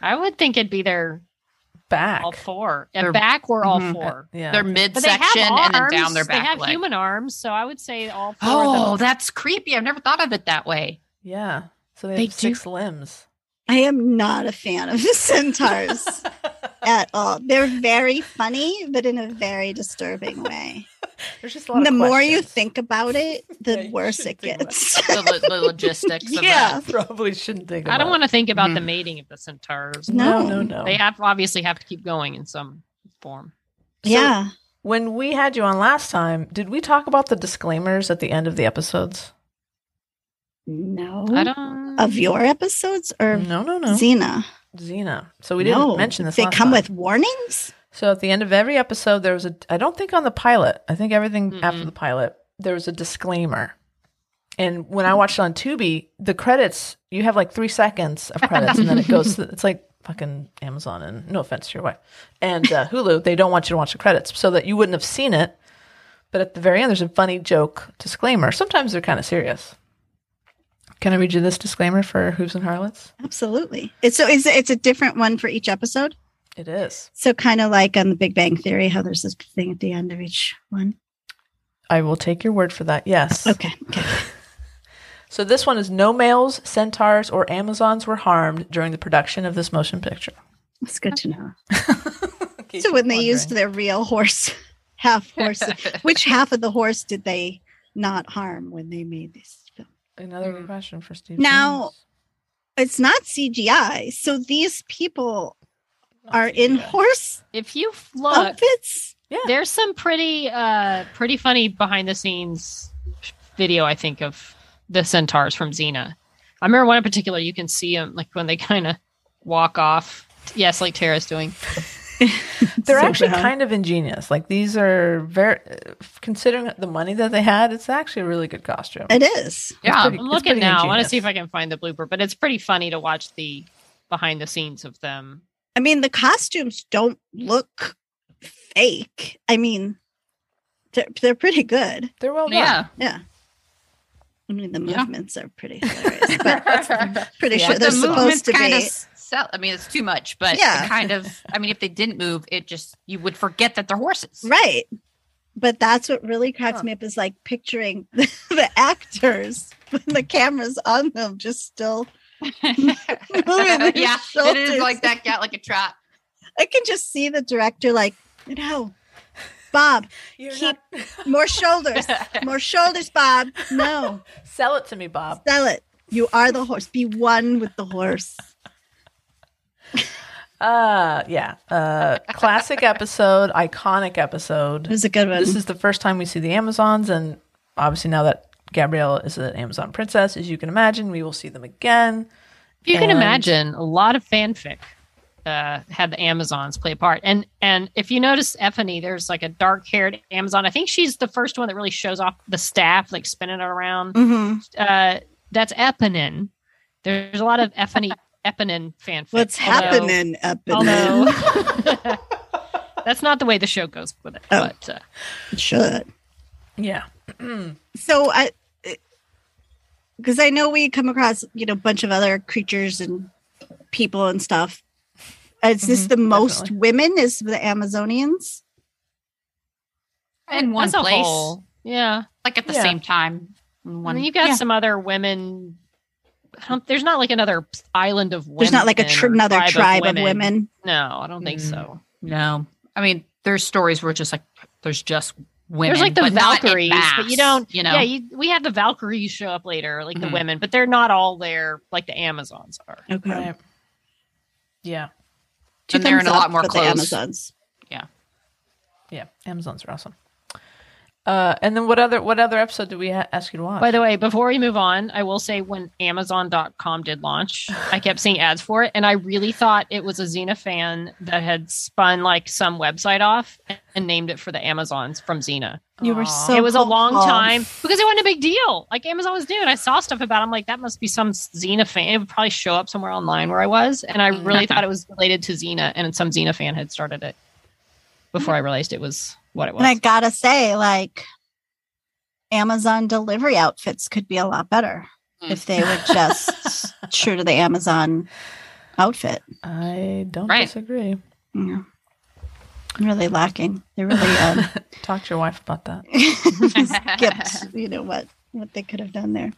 I would think it'd be their
Back. Mm-hmm. Uh,
all four. At
They're-
back or all
Mhm.
four.
Yeah.
Their
But they have
midsection
arms.
and then down their back
They have
leg.
human arms, so I would say all four. of
oh,
them.
that's creepy. I've never thought of it that way.
yeah. So they,
They
have six limbs.
I am not a fan of the centaurs at all. They're very funny, but in a very disturbing way.
There's just a lot
The
of
more you
questions.
think about it,
Yeah,
the
you
worse
shouldn't think
it
about it.
gets.
The, lo- the logistics. Of
Yeah.
that.
Probably shouldn't think about
I don't want to think about the
Mhm.
mating of the centaurs.
No,
No.
no, no.
They have obviously have to keep going in some form.
So-
yeah.
When we had you on last time, did we talk about the disclaimers at the end of the episodes?
No.
I don't.
Of your episodes or
No, no, no.
Xena?
Xena. So we didn't
No.
mention this.
They
last
come
time.
with warnings?
So at the end of every episode, there was a. I don't think on the pilot. I think everything after
Mm-mm.
the pilot, there was a disclaimer. And when I watched it on Tubi, the credits you have like three seconds of credits, and then it goes. To, it's like fucking Amazon, and no offense to your wife, and uh, Hulu. They don't want you to watch the credits, so that you wouldn't have seen it. But at the very end, there's a funny joke disclaimer. Sometimes they're kind of serious. Can I read you this disclaimer for Hooves and Harlots?
Absolutely. It's so it's it's a different one for each episode.
It is.
So kind of like on the Big Bang Theory, how there's this thing at the end of each one.
I will take your word for that. Yes.
Okay. Okay.
So this one is no males, centaurs, or Amazons were harmed during the production of this motion picture.
That's good to know.
In case
So
you're
when they
wondering.
used their real horse, half horse, which half of the horse did they not harm when they made this film?
another good question for Steve.
Now,
Jones.
It's not CGI. So these people are in
Yeah.
horse
If you look,
outfits.
there's some pretty, uh, pretty funny behind the scenes video. I think of the centaurs from Xena. I remember one in particular. You can see them like when they kind of walk off. Yes, like Tara's doing.
They're
So
actually
bad.
kind of ingenious. Like these are very, considering the money that they had, it's actually a really good costume.
It is.
Yeah,
pretty-
I'm
it's
looking
pretty
now. I want
ingenious.
to see if I can find the blooper, but it's pretty funny to watch the behind the scenes of them.
I mean, the costumes don't look fake. I mean, they're, they're pretty good.
They're well done.
yeah.
Yeah. I mean, the
Yeah.
movements are pretty hilarious, but pretty
Yeah,
sure they're
the
supposed
movement's
to
kind
be.
of sell. I mean, it's too much, but
Yeah.
it kind of. I mean, if they didn't move, it just you would forget that they're horses.
Right. But that's what really cracks
Huh.
me up is like picturing the, the actors when the camera's on them just still. their
yeah, it is
shoulders.
like that. Got like a trot.
I can just see the director like, no, Bob,
You're
Keep-
not-
more shoulders, more shoulders, Bob. No,
Sell it to me, Bob.
sell it. You are the horse. Be one with the horse.
Uh, yeah. Uh, classic episode, iconic episode.
It was a good one.
This is the first time we see the Amazons, and obviously now that Gabrielle is an Amazon princess, as you can imagine, we will see them again.
If you can
And-
imagine, a lot of fanfic uh, had the Amazons play a part, and and if you notice Effany, there's like a dark haired Amazon. I think she's the first one that really shows off the staff, like spinning it around.
mm-hmm.
Mhm.
Uh, that's Eponin. There's a lot of Effany Eponin fanfic.
What's
although-
happening up in
Although
there?
that's not the way the show goes with it,
Oh.
but. Uh,
It should.
Yeah.
so I, because I know we come across you know a bunch of other creatures and people and stuff. Is this
Mhm,
the most
definitely.
women? Is the Amazonians?
In one
as a
place.
whole. Yeah.
like at the
Yeah.
same time. in
When
One,
you've got
Yeah.
some other women. I don't- there's not like another island of women.
There's not like a tr-
or
another tribe, of, women.
No, I don't think so.
no. I mean, there's stories where just like there's just women.
There's like the
but not in
Valkyries, but
mass,
you don't.
You know,
Yeah, you, we have the Valkyries show up later, like the
Mhm.
women, but they're not all there like the Amazons are.
Okay,
Right. Yeah.
Two
And they're in
thumbs
a lot
up
more
for the
clothes.
Amazons.
Yeah. Amazons are awesome. Uh, and then what other what other episode did we ha- ask you to watch?
By the way, before we move on, I will say when Amazon.com did launch, I kept seeing ads for it, and I really thought it was a Xena fan that had spun like some website off and named it for the Amazons from Xena.
You were
Aw.
so.
it was a long
hopeful.
time because it wasn't a big deal. Like Amazon was new, and I saw stuff about. It. I'm like, that must be some Xena fan. It would probably show up somewhere online where I was, and I
Mm.
really thought it was related to Xena, and some Xena fan had started it before I realized it was what it was.
And I gotta say, like, Amazon delivery outfits could be a lot better
Mm.
if they were just true to the Amazon outfit.
I don't
Right.
disagree.
Yeah. Really lacking. They really um,
Talk to your wife about that.
skipped, you know, what what they could have done there.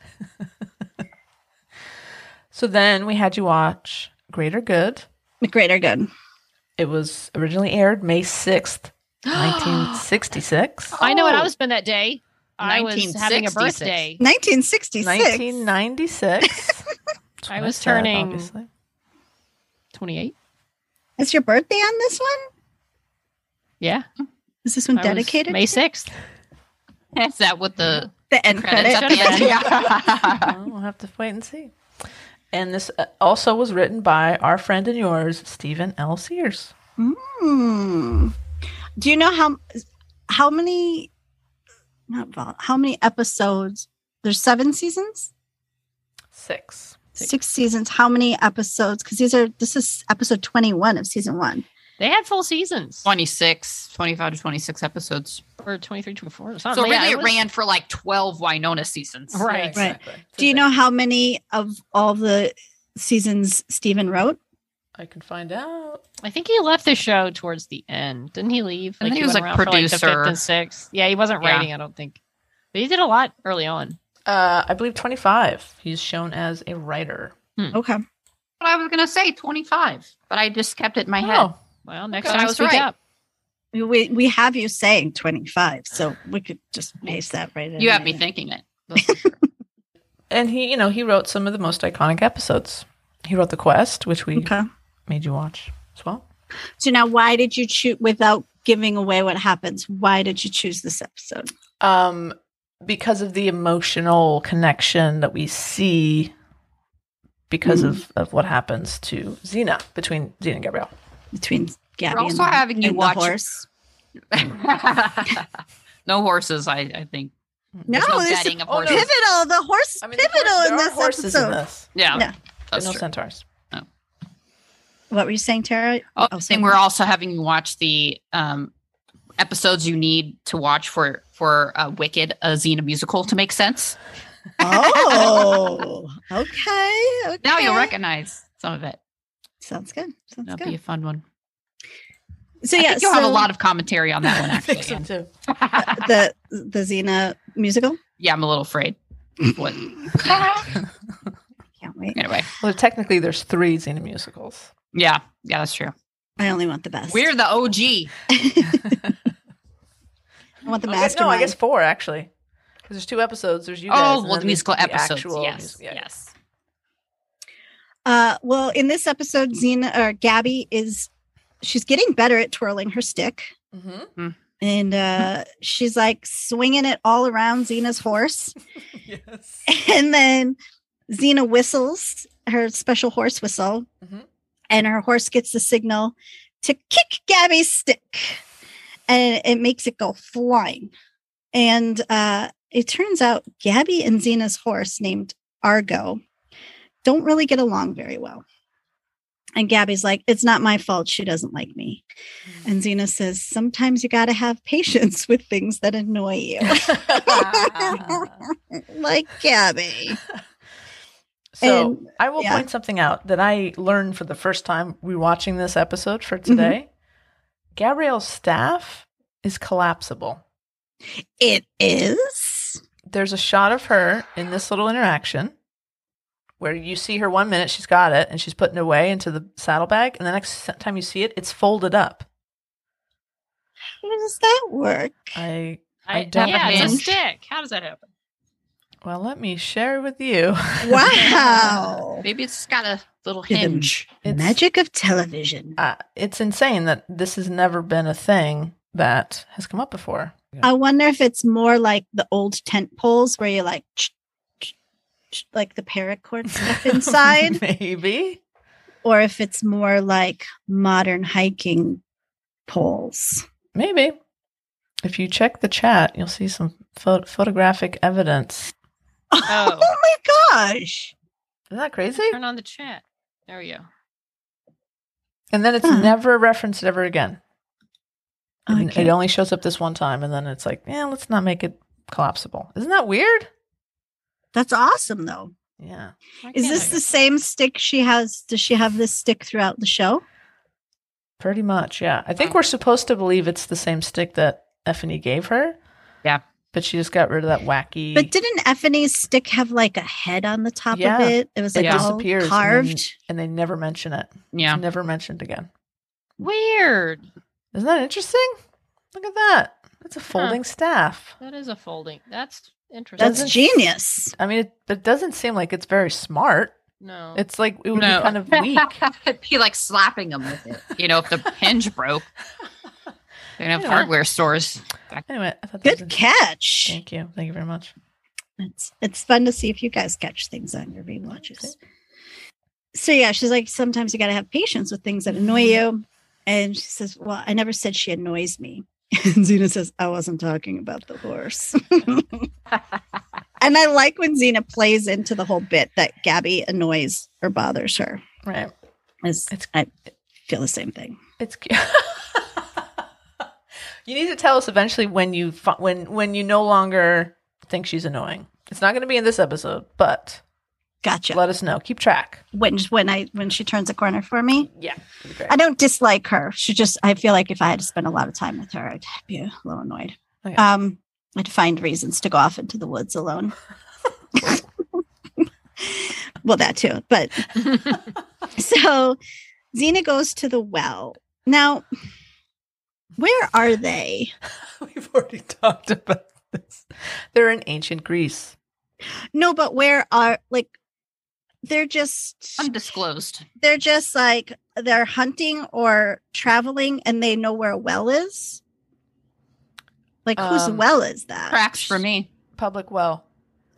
So then we had you watch Greater Good.
Greater good.
It was originally aired May sixth, nineteen sixty six.
I know
oh.
what I was been that day. I was having a
1966.
birthday.
1966.
1996. That's
I
what
was
said,
turning-
obviously.
28.
Is your birthday on this one?
Yeah.
Is this one
I was
dedicated?
May 6th.
is that what the
the end
credits
credit.
at the end? Yeah.
Well, we'll have to wait and see. And this uh, also was written by our friend and yours, Stephen L. Sears.
Hmm. Do you know how how many not vol- how many episodes? There's seven seasons?
Six.
Six seasons. How many episodes? Because these are this is episode 21 of season one.
They had full seasons
26, 25 to 26 episodes.
or 23, 24 or
So
something.
really,
Yeah,
it,
was-
ran for like 12 Winona seasons.
Right.
Do you know how many of all the seasons Steven wrote?
I can find out.
I think he left the show towards the end. Didn't he leave?
I think he was,
went
like,
around for, the
producer.
fifth and sixth. Yeah, he wasn't
Yeah.
writing, I don't think. But he did a lot early on.
Uh, I believe 25. He's shown as a writer.
Okay.
But I was going to say 25, but I just kept it in my head.
Oh,
Well, next
Okay. I
time
was
speak
right.
up.
We we have you saying 25, so we could just paste that right in.
You have me
there.
thinking it. That's for sure.
and he, you know, he wrote some of the most iconic episodes. He wrote The Quest, which we
Okay.
made you watch as well.
So now why did you choose without giving away what happens? Why did you choose this episode?
um because of the emotional connection that we see
Mm.
because of, of what happens to Xena between Xena and Gabrielle.
Between Gabby.
We're
and
also
the-
having you
and the
watch-
horse.
no horses, I, I think.
No,
There's no
there's
betting of
oh, no.
horses.
pivotal. The horse is
I mean, the
pivotal
horse, there
in
are
this
horses
episode.
in this.
Yeah.
Yeah.
But
That's
no
true.
centaurs.
What were you saying, Tara?
Oh,
Oh,
and
sorry.
we're also having you watch the um, episodes you need to watch for for uh, Wicked, a Xena musical to make sense.
Oh, okay. okay.
Now you'll recognize some of it.
Sounds good. Sounds
That'll
good.
be a fun one.
so
I
yeah,
think you'll have a
so
lot of commentary on that one.
I think so
Actually,
too.
the the Xena musical.
yeah, I'm a little afraid. of What?
Can't wait.
anyway,
Well, technically, there's three Xena musicals.
yeah, yeah, that's true.
I only want the best.
We're the OG.
I want the
Okay,
mastermind.
no, I guess four actually, because there's two episodes. There's you guys.
Oh,
and
well,
then
the musical episodes.
actual
yes,
music- yeah.
yes.
Uh, well, in this episode, Xena or Gabby is she's getting better at twirling her stick,
Mhm.
and uh, she's like swinging it all around Xena's horse.
Yes.
and then Xena whistles her special horse whistle,
Mhm.
and her horse gets the signal to kick Gabby's stick, and it makes it go flying. And uh, it turns out Gabby and Xena's horse, named Argo, don't really get along very well. And Gabby's like, It's not my fault. She doesn't like me. And Xena says, Sometimes you got to have patience with things that annoy you. Mm-hmm. like Gabby.
so
And-
I will
yeah.
point something out that I learned for the first time rewatching this episode for
Mm-hmm.
today. Gabrielle's staff is collapsible.
It is.
There's a shot of her in this little interaction where you see her one minute she's got it and she's putting it away into the saddlebag, and the next time you see it, it's folded up.
How does that work?
I I
I,
don't
yeah, it's a
recommend-
stick. How does that happen?
well, let me share with you.
Wow.
Maybe it's got a little
Rhythm.
hinge.
It's-
Magic of television.
uh, it's insane that this has never been a thing that has come up before.
I wonder if it's more like the old tent poles where you're like, ch- ch- ch- like the paracord stuff inside,
Maybe.
or if it's more like modern hiking poles.
Maybe. If you check the chat, you'll see some pho- photographic evidence.
Oh.
Oh.
my gosh.
Isn't that crazy?
Turn on the chat. There we go.
And then it's
Huh. Oh,
never referenced ever again. And
Okay.
It only shows up this one time, and then it's like, yeah, let's not make it collapsible. Isn't that weird?
That's awesome though.
Yeah.
Why
Is
can't
this
I?
the same stick she has? Does she have this stick throughout the show?
Pretty much, yeah. I think
Wow.
we're supposed to believe it's the same stick that Effany gave her.
Yeah.
But she just got rid of that wacky.
But didn't Effany's stick have like a head on the top
Yeah.
of it? It was
it
like all
disappears and then-
carved.
and they never mention it.
Yeah.
It's never mentioned again.
weird?
Isn't that interesting? Look at that. That's a folding staff.
That is a folding. That's interesting.
That's
Doesn't-
genius.
I mean, it, it doesn't seem like it's very smart.
no.
It's like it would
No.
be kind of weak.
It'd be like slapping them with it. You know, if the hinge broke. They don't have
Yeah.
hardware stores.
anyway, I thought that was
Good
interesting.
catch.
Thank you. Thank you very much.
It's it's fun to see if you guys catch things on your rewatches. So yeah, she's like, sometimes you gotta have patience with things that annoy
Mm-hmm.
you. And she says, Well, I never said she annoys me. And Xena says, I wasn't talking about the horse. and I like when Xena plays into the whole bit that Gabby annoys or bothers her.
Right.
It's,
It's-
I feel the same thing.
It's cute. you need to tell us eventually when you fi- when when you no longer think she's annoying. It's not going to be in this episode, but
Gotcha.
let us know. Keep track.
When when I when she turns a corner for me.
Yeah. That'd be great.
I don't dislike her. She just I feel like if I had to spend a lot of time with her, I'd be a little annoyed.
Okay.
Um, I'd find reasons to go off into the woods alone. well, that too. But so Xena goes to the well. Now, where are they?
We've already talked about this. They're in ancient Greece.
No, but where are like they're just
Undisclosed.
they're just like they're hunting or traveling and they know where a well is like whose
Um,
well is that
Cracks for me.
Public well.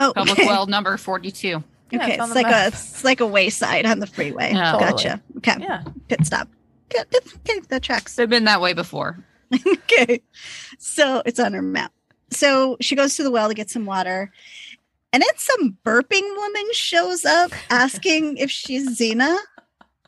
oh
Public
okay.
well number 42.
Yeah, it's
okay it's,
on the
like
map.
a it's like a wayside on the freeway
Yeah.
gotcha okay
Yeah.
pit stop Good. Okay, that tracks.
They've been that way before.
okay. So it's on her map. So she goes to the well to get some water. And then some burping woman shows up asking if she's Xena.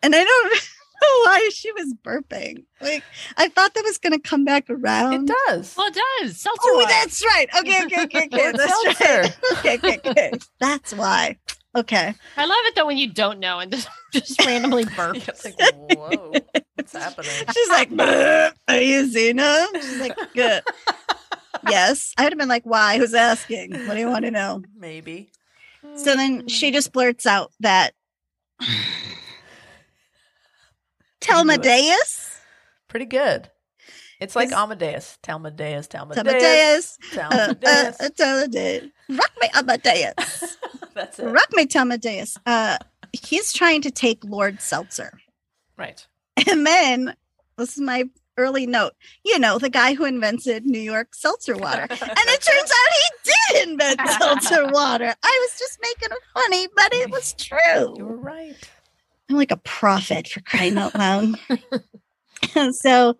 And I don't know why she was burping. Like I thought that was gonna come back
It
around.
does.
Well, it does. Seltzer.
Oh,
wine.
that's right. Okay, okay, okay, okay.
Or
That's right. Okay, okay, okay. That's why. Okay.
I love it though when you don't know and just, just randomly burp.
Yeah, it's like, whoa, what's happening?
She's like, "Bleh, are you Xena? She's like, good. yes. I would have been like, why? Who's asking? What do you want to know?
Maybe.
So
Mm.
then she just blurts out that Telmadeus,
Pretty good. It's like
Is-
Amadeus. Talmadeus, Talmadeus.
Telmadeus, uh, uh,
Talmadeus.
uh, Telmadeus, rock me Amadeus,
That's it.
rock me Telmadeus. Uh, he's trying to take Lord Seltzer.
Right.
And then this is my early note. You know, the guy who invented New York seltzer water. And it turns out he did invent seltzer water. I was just making it funny, but it was
You were
true.
right.
I'm like a prophet for crying out loud. and so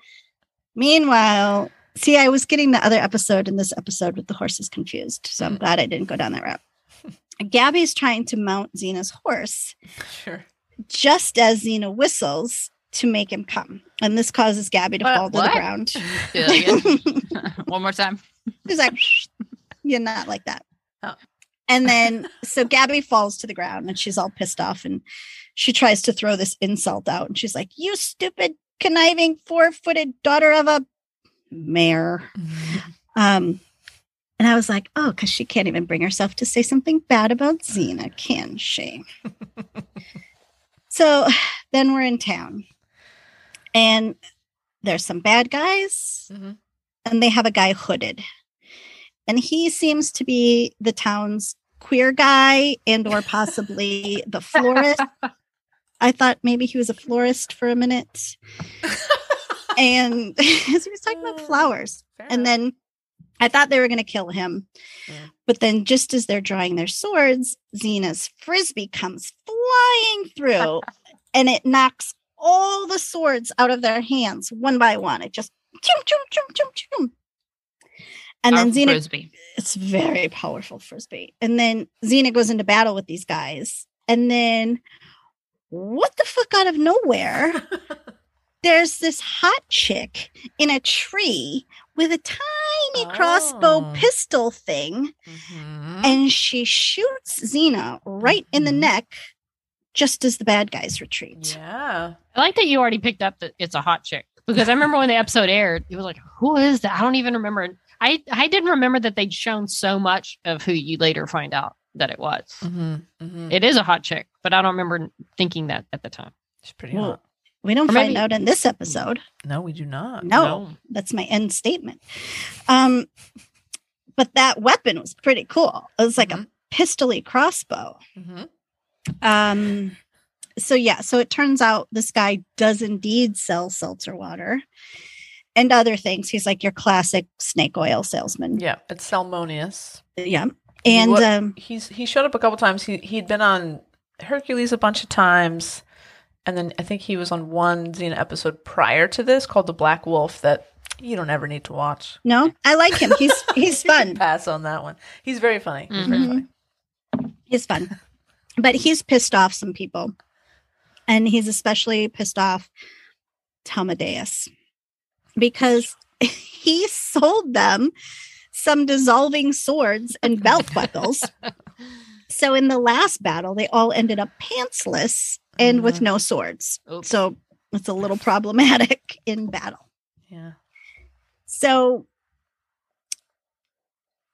meanwhile, see, I was getting the other episode and this episode with the horses confused. So
Mm.
I'm glad I didn't go down that route. Gabby's trying to mount Xena's horse
Sure.
just as Xena whistles to make him come. And this causes Gabby to
What-
fall to
what?
the ground.
Yeah, yeah. One more time.
She's like, you're not like that.
Oh.
And then, so Gabby falls to the ground and she's all pissed off and she tries to throw this insult out. And she's like, you stupid, conniving, four footed daughter of a mayor. Um, and I was like, oh, because she can't even bring herself to say something bad about Xena, can she? so then we're in town and there's some bad guys
Mhm.
and they have a guy hooded and he seems to be the town's queer guy and or possibly the florist i thought maybe he was a florist for a minute and so he was talking about
Oh.
flowers
Fair
and
enough.
then I thought they were going to kill him.
Yeah.
But then, just as they're drawing their swords, Xena's frisbee comes flying through and it knocks all the swords out of their hands one by one. It just choom, choom, choom, choom, choom. And then
Powerful
Xena,
frisbee.
it's very powerful frisbee. And then Xena goes into battle with these guys. And then, what the fuck out of nowhere? there's this hot chick in a tree with a tiny crossbow
Oh.
pistol thing,
Mhm.
and she shoots Xena right in the
Mhm.
neck just as the bad guys retreat.
Yeah.
I like that you already picked up that it's a hot chick because I remember when the episode aired, it was like, who is that? I don't even remember. I I didn't remember that they'd shown so much of who you later find out that it was.
Mm-hmm.
Mhm. Mhm.
It is a hot chick, but I don't remember thinking that at the time.
It's pretty
Well,
hot.
We don't
Or
find
maybe-
out in this episode.
No, we do not.
No, that's my end statement. Um, but that weapon was pretty cool. It was like
Mhm.
a pistoly crossbow.
Mhm.
Um, so yeah, so it turns out this guy does indeed sell seltzer water and other things. He's like your classic snake oil salesman.
Yeah, it's Salmonius.
Yeah. And
What-
um
He's he showed up a couple times. He he'd been on Hercules a bunch of times, and then I think he was on one Xena episode prior to this called The Black Wolf that you don't ever need to watch.
no, I like him. He's he's
You can
fun.
Pass on that one. He's very funny.
Mm.
He's
Mm-hmm.
very
Mhm.
funny.
He's fun. But he's pissed off some people. And he's especially pissed off Talmadeus because he sold them some dissolving swords and belt buckles. so in the last battle, they all ended up pantsless and with
Mhm.
no swords.
Oops.
So it's a little problematic in battle.
Yeah.
So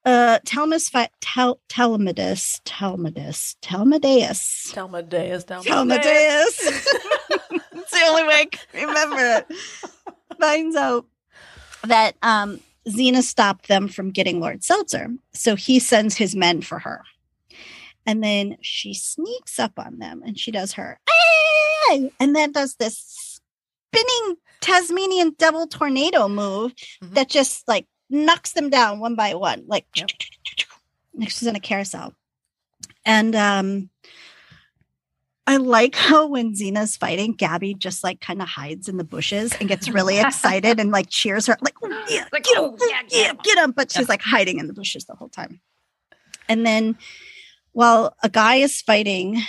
uh Talmus fi- Tal- Talmudus, Talmudus, Talmudeus.
Talmadeus. Talmadeus.
Talmudeus. it's the only way I can remember it. Finds out that um Xena stopped them from getting Lord Seltzer. So he sends his men for her. And then she sneaks up on them and she does her "Ay!" and then does this spinning Tasmanian devil tornado move
Mhm.
that just like knocks them down one by one. Like
Yep.
next she's in a carousel. And um I like how when Xena's fighting, Gabby just like kind of hides in the bushes and gets really excited and like cheers her, like, "Oh, yeah,
Like,
get him,
"Oh, yeah, get
yeah,
him."
get him. But
Yeah.
she's like hiding in the bushes the whole time. And then while a guy is fighting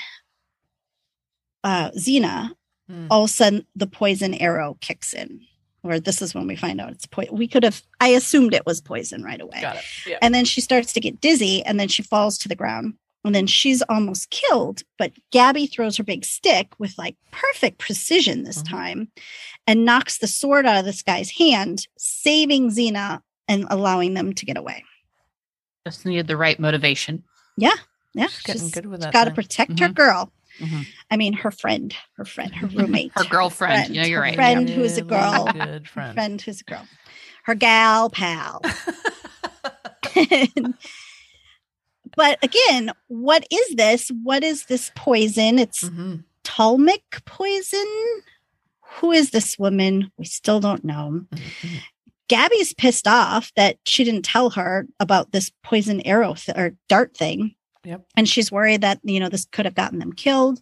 uh, Xena,
Hmm.
all of a sudden the poison arrow kicks in. Or this is when we find out it's poison. We could have, I assumed it was poison right away.
Got it. Yeah.
And then she starts to get dizzy and then she falls to the ground. And then she's almost killed, but Gabby throws her big stick with like perfect precision this
Mhm.
time and knocks the sword out of this guy's hand, saving Xena and allowing them to get away.
Just needed the right motivation.
Yeah.
She's getting good with that. Mm-hmm.
Got to
now.
protect her
Mhm.
girl.
Mhm.
I mean, her friend, her friend, her roommate,
Her girlfriend. Yeah, you're
her
right.
friend who is a
Really
girl.
Good
her
friend.
friend who's a girl, her gal pal. but again, what is this? What is this poison? It's
Mhm.
Ptolemic poison? Who is this woman? We still don't know.
Mhm.
Oh.
Gabby's pissed off that she didn't tell her about this poison arrow th- or dart thing.
Yep.
And she's worried that, you know, this could have gotten them killed.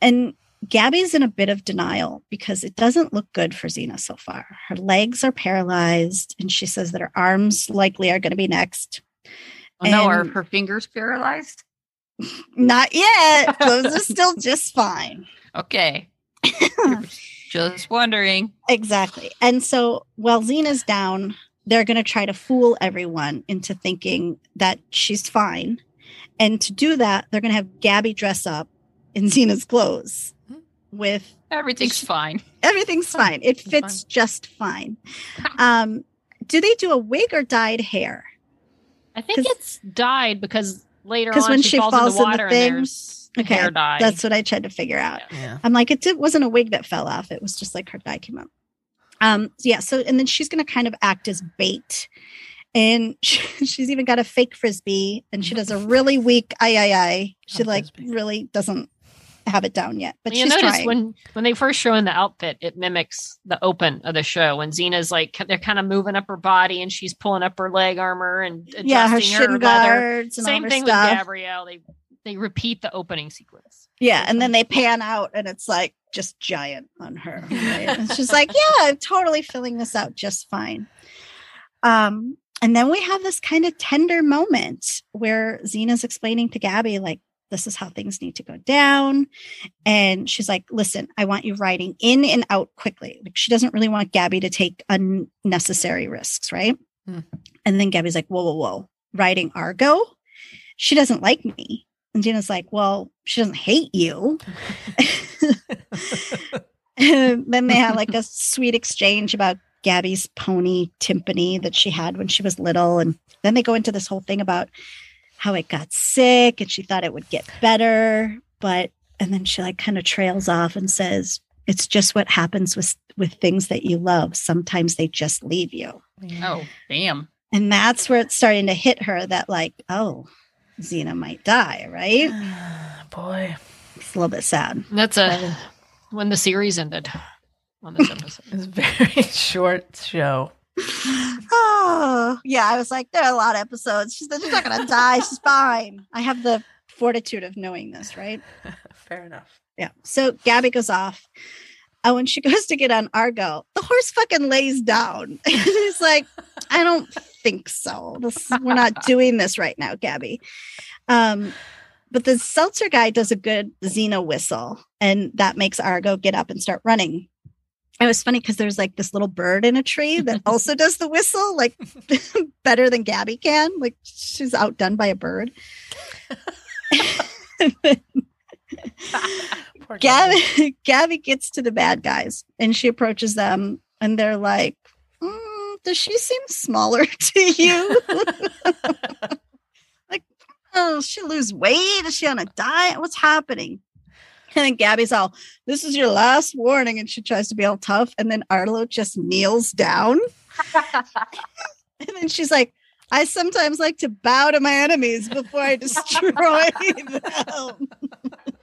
And Gabby's in a bit of denial because it doesn't look good for Xena so far. Her legs are paralyzed, and she says that her arms likely are going to be next.
Oh, no, are
And-
her fingers paralyzed?
Not yet. Those are still just fine.
Okay. Just wondering.
Exactly. And so while Xena's down, they're going to try to fool everyone into thinking that she's fine. And to do that, they're going to have Gabby dress up in Xena's clothes
Mhm.
with
Everything's fine.
everything's Hmm. fine. It
It's
fits just fine. Um, do they do a wig or dyed hair?
I think
'Cause-
it's dyed because later
'cause
on
when
she,
she
falls,
falls in
in the
the
water
thing-
and there's
Okay,
hair dye.
That's what I tried to figure out.
Yeah.
I'm like, it did, wasn't a wig that fell off. It was just like her dye came up. Um, so yeah. So, and then she's going to kind of act as bait. And she, she's even got a fake frisbee and she does a really weak I, I, I. She
A
like
frisbee.
really doesn't have it down yet, but
you
she's
notice
trying.
when when they first show in the outfit, it mimics the open of the show when Xena's like they're kind of moving up her body and she's pulling up her leg armor and adjusting
yeah, her
her,
shin
leather.
guards and all
Same
her
thing
stuff.
with Gabrielle. They they repeat the opening sequence.
Yeah, and then they pan out and it's like just giant on her. right? And she's like, "Yeah, I'm totally filling this out just fine." Um and then we have this kind of tender moment where Xena's explaining to Gabby like this is how things need to go down and she's like, "Listen, I want you riding in and out quickly." Like she doesn't really want Gabby to take unnecessary risks, right?
Hmm.
And then Gabby's like, "Whoa, whoa, whoa. Riding Argo? She doesn't like me." And Gina's like, well, she doesn't hate you. And then they had like a sweet exchange about Gabby's pony timpani that she had when she was little. And then they go into this whole thing about how it got sick and she thought it would get better. But, and then she like kind of trails off and says, it's just what happens with, with things that you love. Sometimes they just leave you.
Oh, damn.
And that's where it's starting to hit her that like, oh, Xena might die, right?
Boy.
It's a little bit sad.
That's a when the series ended on this episode.
It's a very short show.
oh yeah i was like there are a lot of episodes she's, she's not gonna die she's fine i have the fortitude of knowing this right
Fair enough.
yeah so gabby goes off and when she goes to get on argo the horse fucking lays down and he's like i don't think so this, we're not doing this right now gabby um but the seltzer guy does a good xena whistle and that makes argo get up and start running it was funny because there's like this little bird in a tree that also does the whistle like better than Gabby can. Like she's outdone by a bird.
Poor
Gabby, Gabby gets to the bad guys and she approaches them and they're like, "Mm, does she seem smaller to you? like, oh, she lose weight? Is she on a diet? What's happening? And then Gabby's all, this is your last warning. And she tries to be all tough. And then Arlo just kneels down. and then she's like, I sometimes like to bow to my enemies before I destroy them.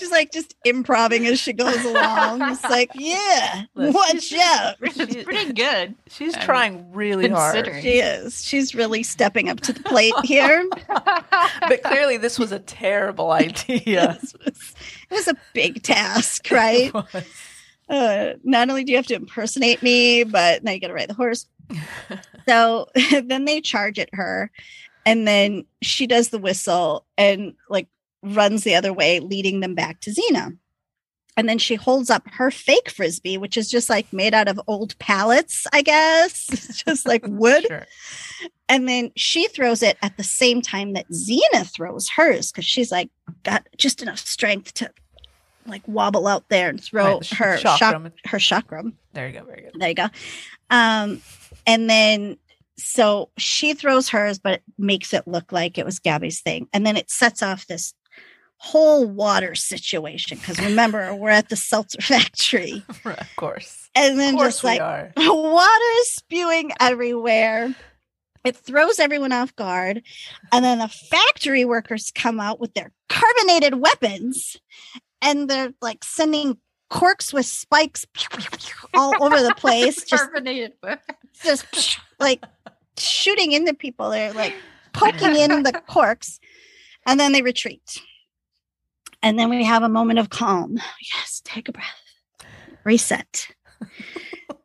She's like just improving as she goes along. It's like, yeah,
Listen.
watch out.
it's pretty good.
She's
I'm
trying really hard.
considering.
She is. She's really stepping up to the plate here.
But clearly, this was a terrible idea.
This was- it was a big task, right? Uh, not only do you have to impersonate me, but now you got to ride the horse. so then they charge at her, and then she does the whistle and like runs the other way, leading them back to Xena. And then she holds up her fake frisbee, which is just like made out of old pallets, I guess. It's just like wood.
Sure.
And then she throws it at the same time that Xena throws hers because she's like got just enough strength to like wobble out there and throw
Right, the sh-
her
shock
chak-
drum.
her chakram.
There you go. Very good.
There you go. Um, and then so she throws hers, but makes it look like it was Gabby's thing, and then it sets off this whole water situation because remember we're at the seltzer factory,
of course.
and then
of course
just
we
like
are.
water is spewing everywhere. It throws everyone off guard. And then the factory workers come out with their carbonated weapons and they're like sending corks with spikes all over the place, just,
Carbonated.
just like shooting into people. They're like poking in the corks and then they retreat. And then we have a moment of calm. Yes, take a breath. Reset.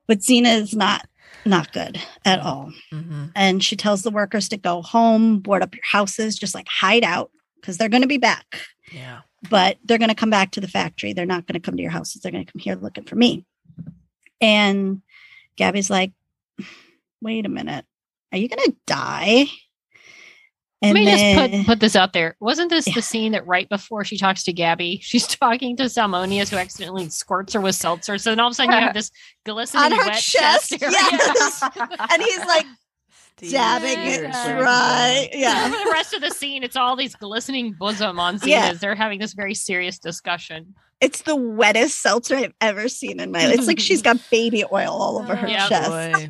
But Xena is not not good at all.
Mhm.
And she tells the workers to go home, board up your houses, just like hide out because they're going to be back.
Yeah.
But they're going to come back to the factory. They're not going to come to your houses. They're going to come here looking for me. And Gabby's like, wait a minute. Are you going to die?
Let
And
me just
then-
put, put this out there. Wasn't this
Yeah.
the scene that right before she talks to Gabby, she's talking to Salmonius who accidentally squirts her with seltzer? So then all of a sudden you have this glistening
On her
wet
chest,
chest. area.
yes. and he's like dabbing it
Steve's
dry. Yeah.
For the rest of the scene, it's all these glistening bosom on Zenas.
Yeah.
They're having this very serious discussion.
It's the wettest seltzer I've ever seen in my life. It's like she's got baby oil all over her
Yeah.
chest.
Oh, boy.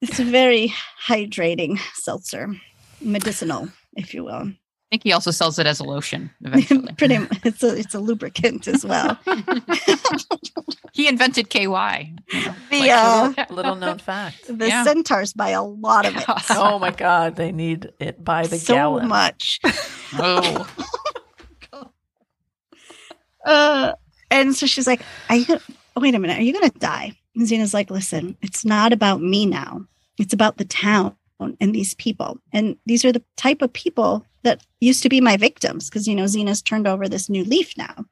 It's a very hydrating seltzer, medicinal, if you will.
I think he also sells it as a lotion eventually.
Pretty, mu- it's a it's a lubricant as well.
he invented KY.
The uh,
Little known fact.
the
Yeah.
centaurs buy a lot of it,
Oh my God, they need it by the
so
gallon.
much.
Oh.
Uh, and so she's like, "Are you? Gonna, wait a minute, are you going to die?" And Xena's like, "Listen, it's not about me now. It's about the town and these people. And these are the type of people that used to be my victims because you know Xena's turned over this new leaf now."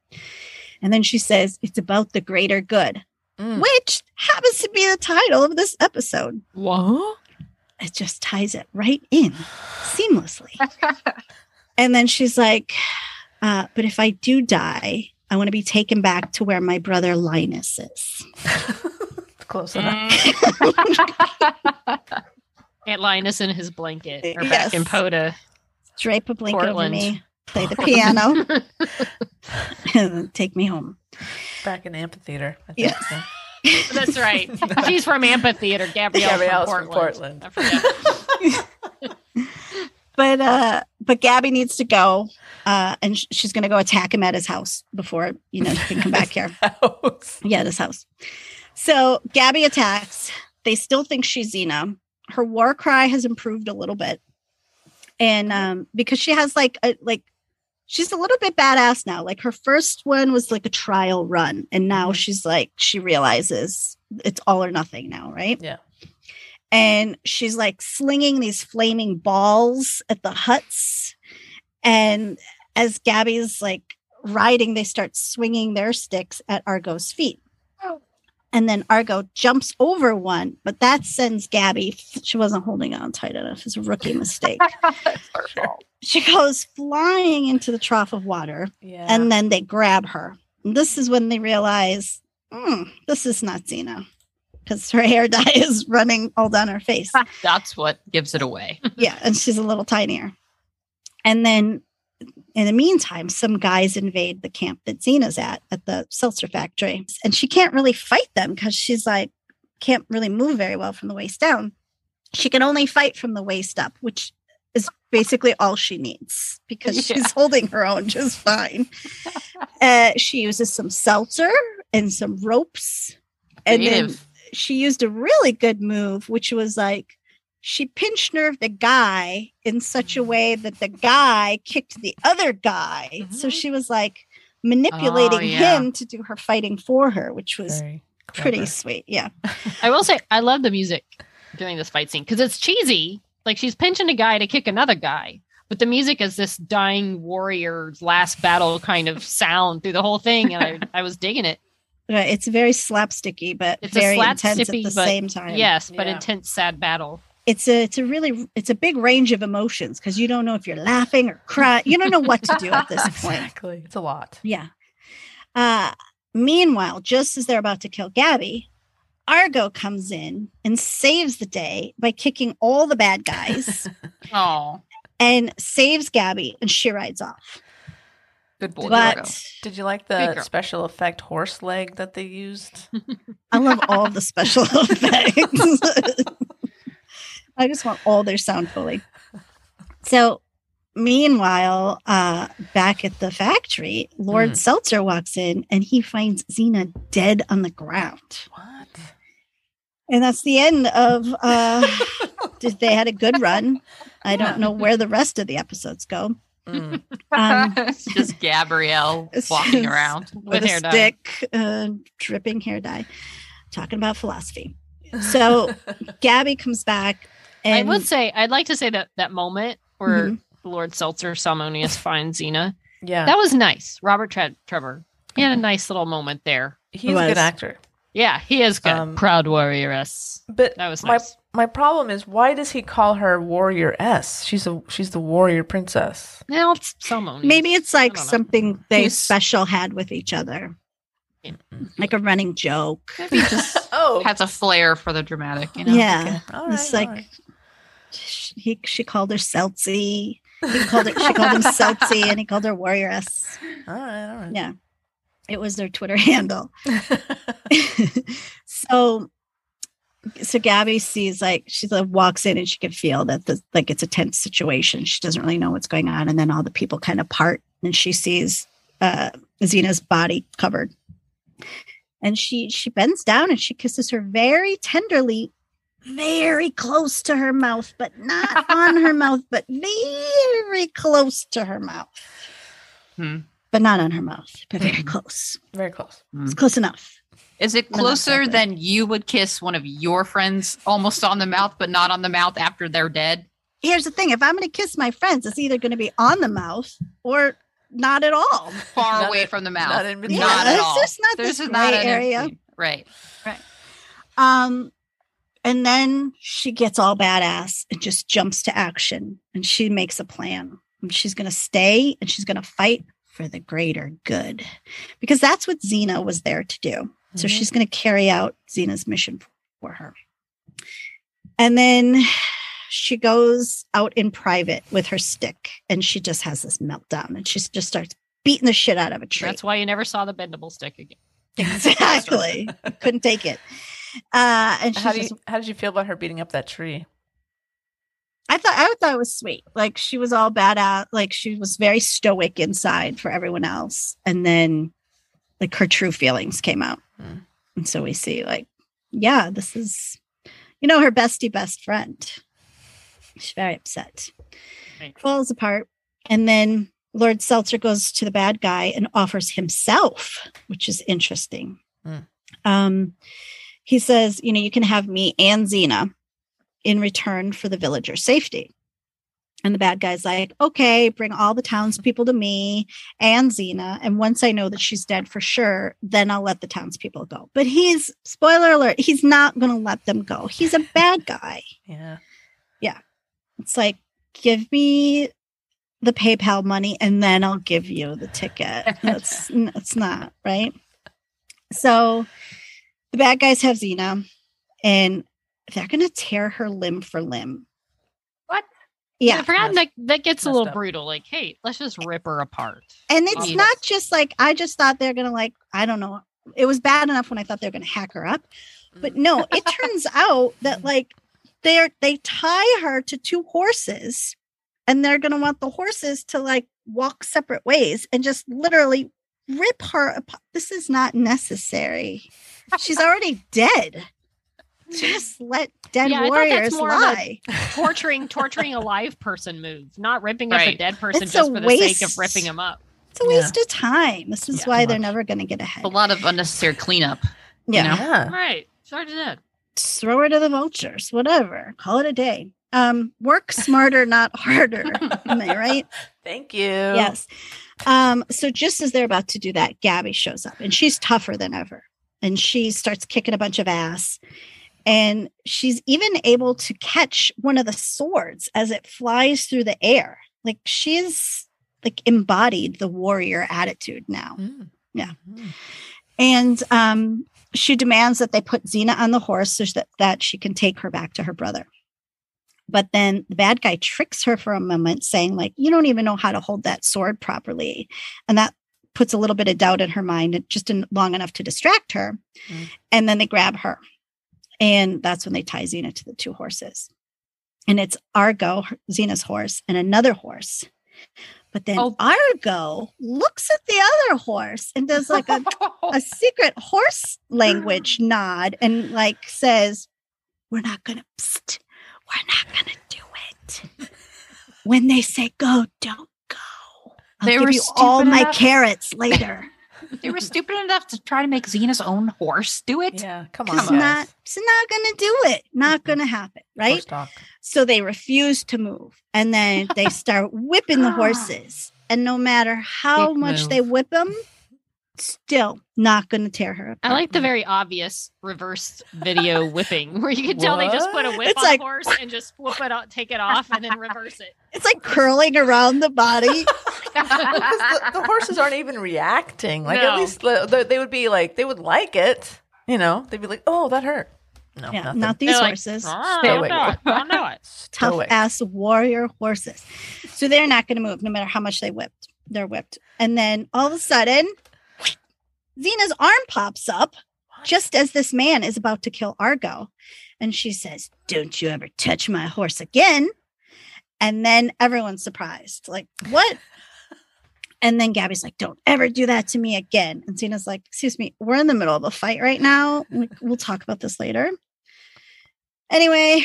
And then she says, "It's about the greater good."
Mm.
which happens to be the title of this episode.
What?
It just ties it right in seamlessly. and then she's like, uh, but if I do die, I want to be taken back to where my brother Linus is.
Close enough.
Aunt Linus in his blanket. Or
Yes.
back in Poda.
Drape a blanket
Portland.
over me, play the piano, and then take me home.
Back in amphitheater. I think
Yeah.
so.
That's right. She's from Amphitheater. Gabrielle
Gabrielle's
from
from
Portland.
Portland.
I forgot.
But uh, but Gabby needs to go, uh, and sh- she's going to go attack him at his house before you know he can come back here.
House.
Yeah, this house. So Gabby attacks. They still think she's Xena. Her war cry has improved a little bit. And um, because she has like a like she's a little bit badass now. Like her first one was like a trial run, and now she's like she realizes it's all or nothing now, right?
Yeah.
And she's like slinging these flaming balls at the huts, and as Gabby's like riding, they start swinging their sticks at Argo's feet. And then Argo jumps over one, but that sends Gabby. She wasn't holding on tight enough. It's a rookie mistake. she goes flying into the trough of water,
Yeah.
and then they grab her. And this is when they realize, "Hmm, this is not Xena, because her hair dye is running all down her face.
That's what gives it away.
yeah, and she's a little tinier. And then in the meantime, some guys invade the camp that Xena's at, at the seltzer factory. And she can't really fight them because she's like, can't really move very well from the waist down. She can only fight from the waist up, which is basically all she needs because
Yeah.
she's holding her own just fine. Uh, she uses some seltzer and some ropes. And then
Creative.
she used a really good move, which was like she pinch nerved the guy in such a way that the guy kicked the other guy. So
Mhm.
she was like manipulating
Oh, yeah.
him to do her fighting for her, which was
Very
pretty
clever.
sweet. Yeah.
I will say I love the music during this fight scene because it's cheesy. Like she's pinching a guy to kick another guy, but the music is this dying warrior's last battle kind of sound through the whole thing, and I, I was digging it.
Right, It's very slapsticky, but
It's a
very intense at
slapsticky,
the
but-
same time.
Yes, but
Yeah.
intense, sad battle.
It's a it's a really it's a big range of emotions because you don't know if you're laughing or crying. You don't know what to do at this point.
Exactly. It's a lot.
Yeah. Uh meanwhile, just as they're about to kill Gabby, Argo comes in and saves the day by kicking all the bad guys
Oh,
and saves Gabby and she rides off.
good boy. Argo.
But
Did you like
Good
the
girl.
special effect horse leg that they used?
I love all the special effects. I just want all their sound fully. So, meanwhile, uh, back at the factory, Lord
Hmm.
Seltzer walks in and he finds Xena dead on the ground.
What?
And that's the end of. Uh, did- they had a good run. I don't know where the rest of the episodes go.
Mm.
Um,
it's just Gabrielle
It's
walking
just-
around.
with,
With
a
hair dye.
stick, uh, dripping hair dye, talking about philosophy. So Gabby comes back. And Mm-hmm.
I would say I'd like to say that that moment where Lord Seltzer Salmonius finds Xena
yeah,
that was nice. Robert Tre- Trevor he had a nice little moment there.
he's a
was.
good actor.
Yeah, he is good.
Um,
Proud warrioress.
But
That was
my
nice.
my problem is why does he call her warrior s? She's a she's the warrior princess.
Now it's Salmonius.
Maybe it's
I
like
don't know.
something they
He's-
special had with each other,
Yeah.
like a running joke.
Maybe just
Oh,
has a flair for the dramatic. You know?
yeah,
All
it's
all
like sh- he, she called her Seltzy. He called her, she called him Seltzy, and he called her Warrioress.
all right, all right.
Yeah. It was their Twitter handle. so so Gabby sees like she like, walks in and she can feel that the like it's a tense situation. She doesn't really know what's going on, and then all the people kind of part, and she sees uh Xena's body covered, and she she bends down and she kisses her very tenderly, very close to her mouth, but not on her mouth, but very close to her mouth,
Hmm.
but not on her mouth, but very close.
Very close.
It's close enough.
Is it
No, not
closer
that bad.
than you would kiss one of your friends almost on the mouth, but not on the mouth after they're dead?
here's the thing if i'm going to kiss my friends it's either going to be on the mouth or not at all
Far
Not
away
in-
from the
not
mouth. Not,
in between.
at
it's
all.
just not
There's
this
not
gray
an
area.
in- Right.
um and then she gets all badass and just jumps to action and she makes a plan and she's going to stay and she's going to fight for the greater good because that's what xena was there to do so
Mhm.
she's going to carry out xena's mission for her and then she goes out in private with her stick and she just has this meltdown and she just starts beating the shit out of a tree
That's why you never saw the bendable stick again.
exactly couldn't take it uh and she's
How do you,
just
how did you feel about her beating up that tree?
I thought I thought it was sweet. Like she was all badass. Like she was very stoic inside for everyone else, and then like her true feelings came out,
Hmm.
and so we see like, yeah, this is, you know, her bestie best friend. She's very upset.
Thanks.
Falls apart, and then Lord Seltzer goes to the bad guy and offers himself, which is interesting.
Hmm.
Um, he says, you know, you can have me and Xena in return for the villager's safety. And the bad guy's like, okay, bring all the townspeople to me and Xena. And once I know that she's dead for sure, then I'll let the townspeople go. But he's, spoiler alert, he's not going to let them go. He's a bad guy.
Yeah.
It's like, give me the PayPal money and then I'll give you the ticket. That's it's not right. So the bad guys have Xena and they're gonna tear her limb for limb.
What?
I
Yeah.
forgot that that gets a
Messed
little
up.
brutal. Like, hey, let's just rip her apart.
And it's
Yeah.
not just like I just thought they're gonna like, I don't know. It was bad enough when I thought they were gonna hack her up.
Mm.
But no, it turns out that like they're they tie her to two horses and they're going to want the horses to like walk separate ways and just literally rip her apart. This is not necessary. She's already dead. Just let dead
Yeah, I thought
warriors
that's more of a
lie.
torturing torturing a live person move, not ripping up a
Right.
dead person
It's
just
a
for the sake of
waste.
ripping them up.
It's a waste of time. This is
Yeah,
why
too
they're
much.
never going to get ahead.
A lot of unnecessary cleanup.
yeah.
know?
Yeah.
Right. Sorry to that.
Just throw her to the vultures, whatever. Call it a day. Um, work smarter, not harder. Am I right?
Thank you.
Yes. Um, so just as they're about to do that, Gabby shows up and she's tougher than ever. And she starts kicking a bunch of ass. And she's even able to catch one of the swords as it flies through the air. Like she's like embodied the warrior attitude now.
Mm.
Yeah.
Mm.
And um, she demands that they put Xena on the horse so that, that she can take her back to her brother. But then the bad guy tricks her for a moment, saying, like, you don't even know how to hold that sword properly. And that puts a little bit of doubt in her mind, and just in, long enough to distract her.
Mm.
And then they grab her. And that's when they tie Xena to the two horses. And it's Argo, her- Xena's horse, and another horse. But then
Oh.
Argo looks at the other horse and does like a a secret horse language nod and like says, "We're not gonna, psst, we're not gonna do it. When they say go, don't go. I'll
They
give
were
you all
stupid
my
enough-
carrots later.
They were stupid enough to try to make Xena's own horse do it.
Yeah. Come on.
It's
guys.
not, it's not gonna do it. Not gonna happen, right?
Horse talk.
So they refuse to move, and then they start whipping the horses. And no matter how
Dick
much
move.
they whip them, still not gonna tear her.
I
apart.
like the very obvious reverse video whipping where you can tell they just put a whip
It's
on
like-
a horse and just whoop it out, take it off, and then reverse it.
It's like curling around the body.
Because the, the horses aren't even reacting. Like at
No.
least the, the, they would be like they would like it. You know, they'd be like, "Oh, that hurt." No,
yeah,
nothing.
not these
They're like,
horses.
"Ah,
Stay
I'll
away.
do it. I'll do it.
tough
Stoic.
ass warrior horses. So they're not going to move no matter how much they whipped. They're whipped. And then all of a sudden, Xena's arm pops up just as this man is about to kill Argo. And she says, Don't you ever touch my horse again. And then everyone's surprised, like, What? And then Gabby's like, Don't ever do that to me again. And Xena's like, Excuse me, we're in the middle of a fight right now. We- We'll talk about this later. Anyway,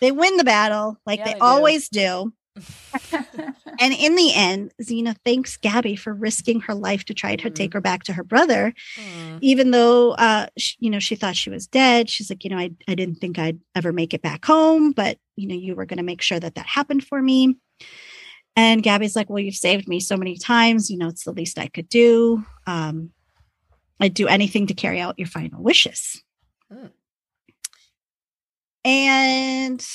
they win the battle like
Yeah,
they,
they do.
always do. and in the end, Xena thanks Gabby for risking her life to try to
Mhm.
take her back to her brother
Mm.
even though uh sh you know she thought she was dead she's like you know I, I didn't think i'd ever make it back home but you know you were going to make sure that that happened for me and gabby's like well you've saved me so many times you know it's the least i could do um i'd do anything to carry out your final wishes
Hmm.
and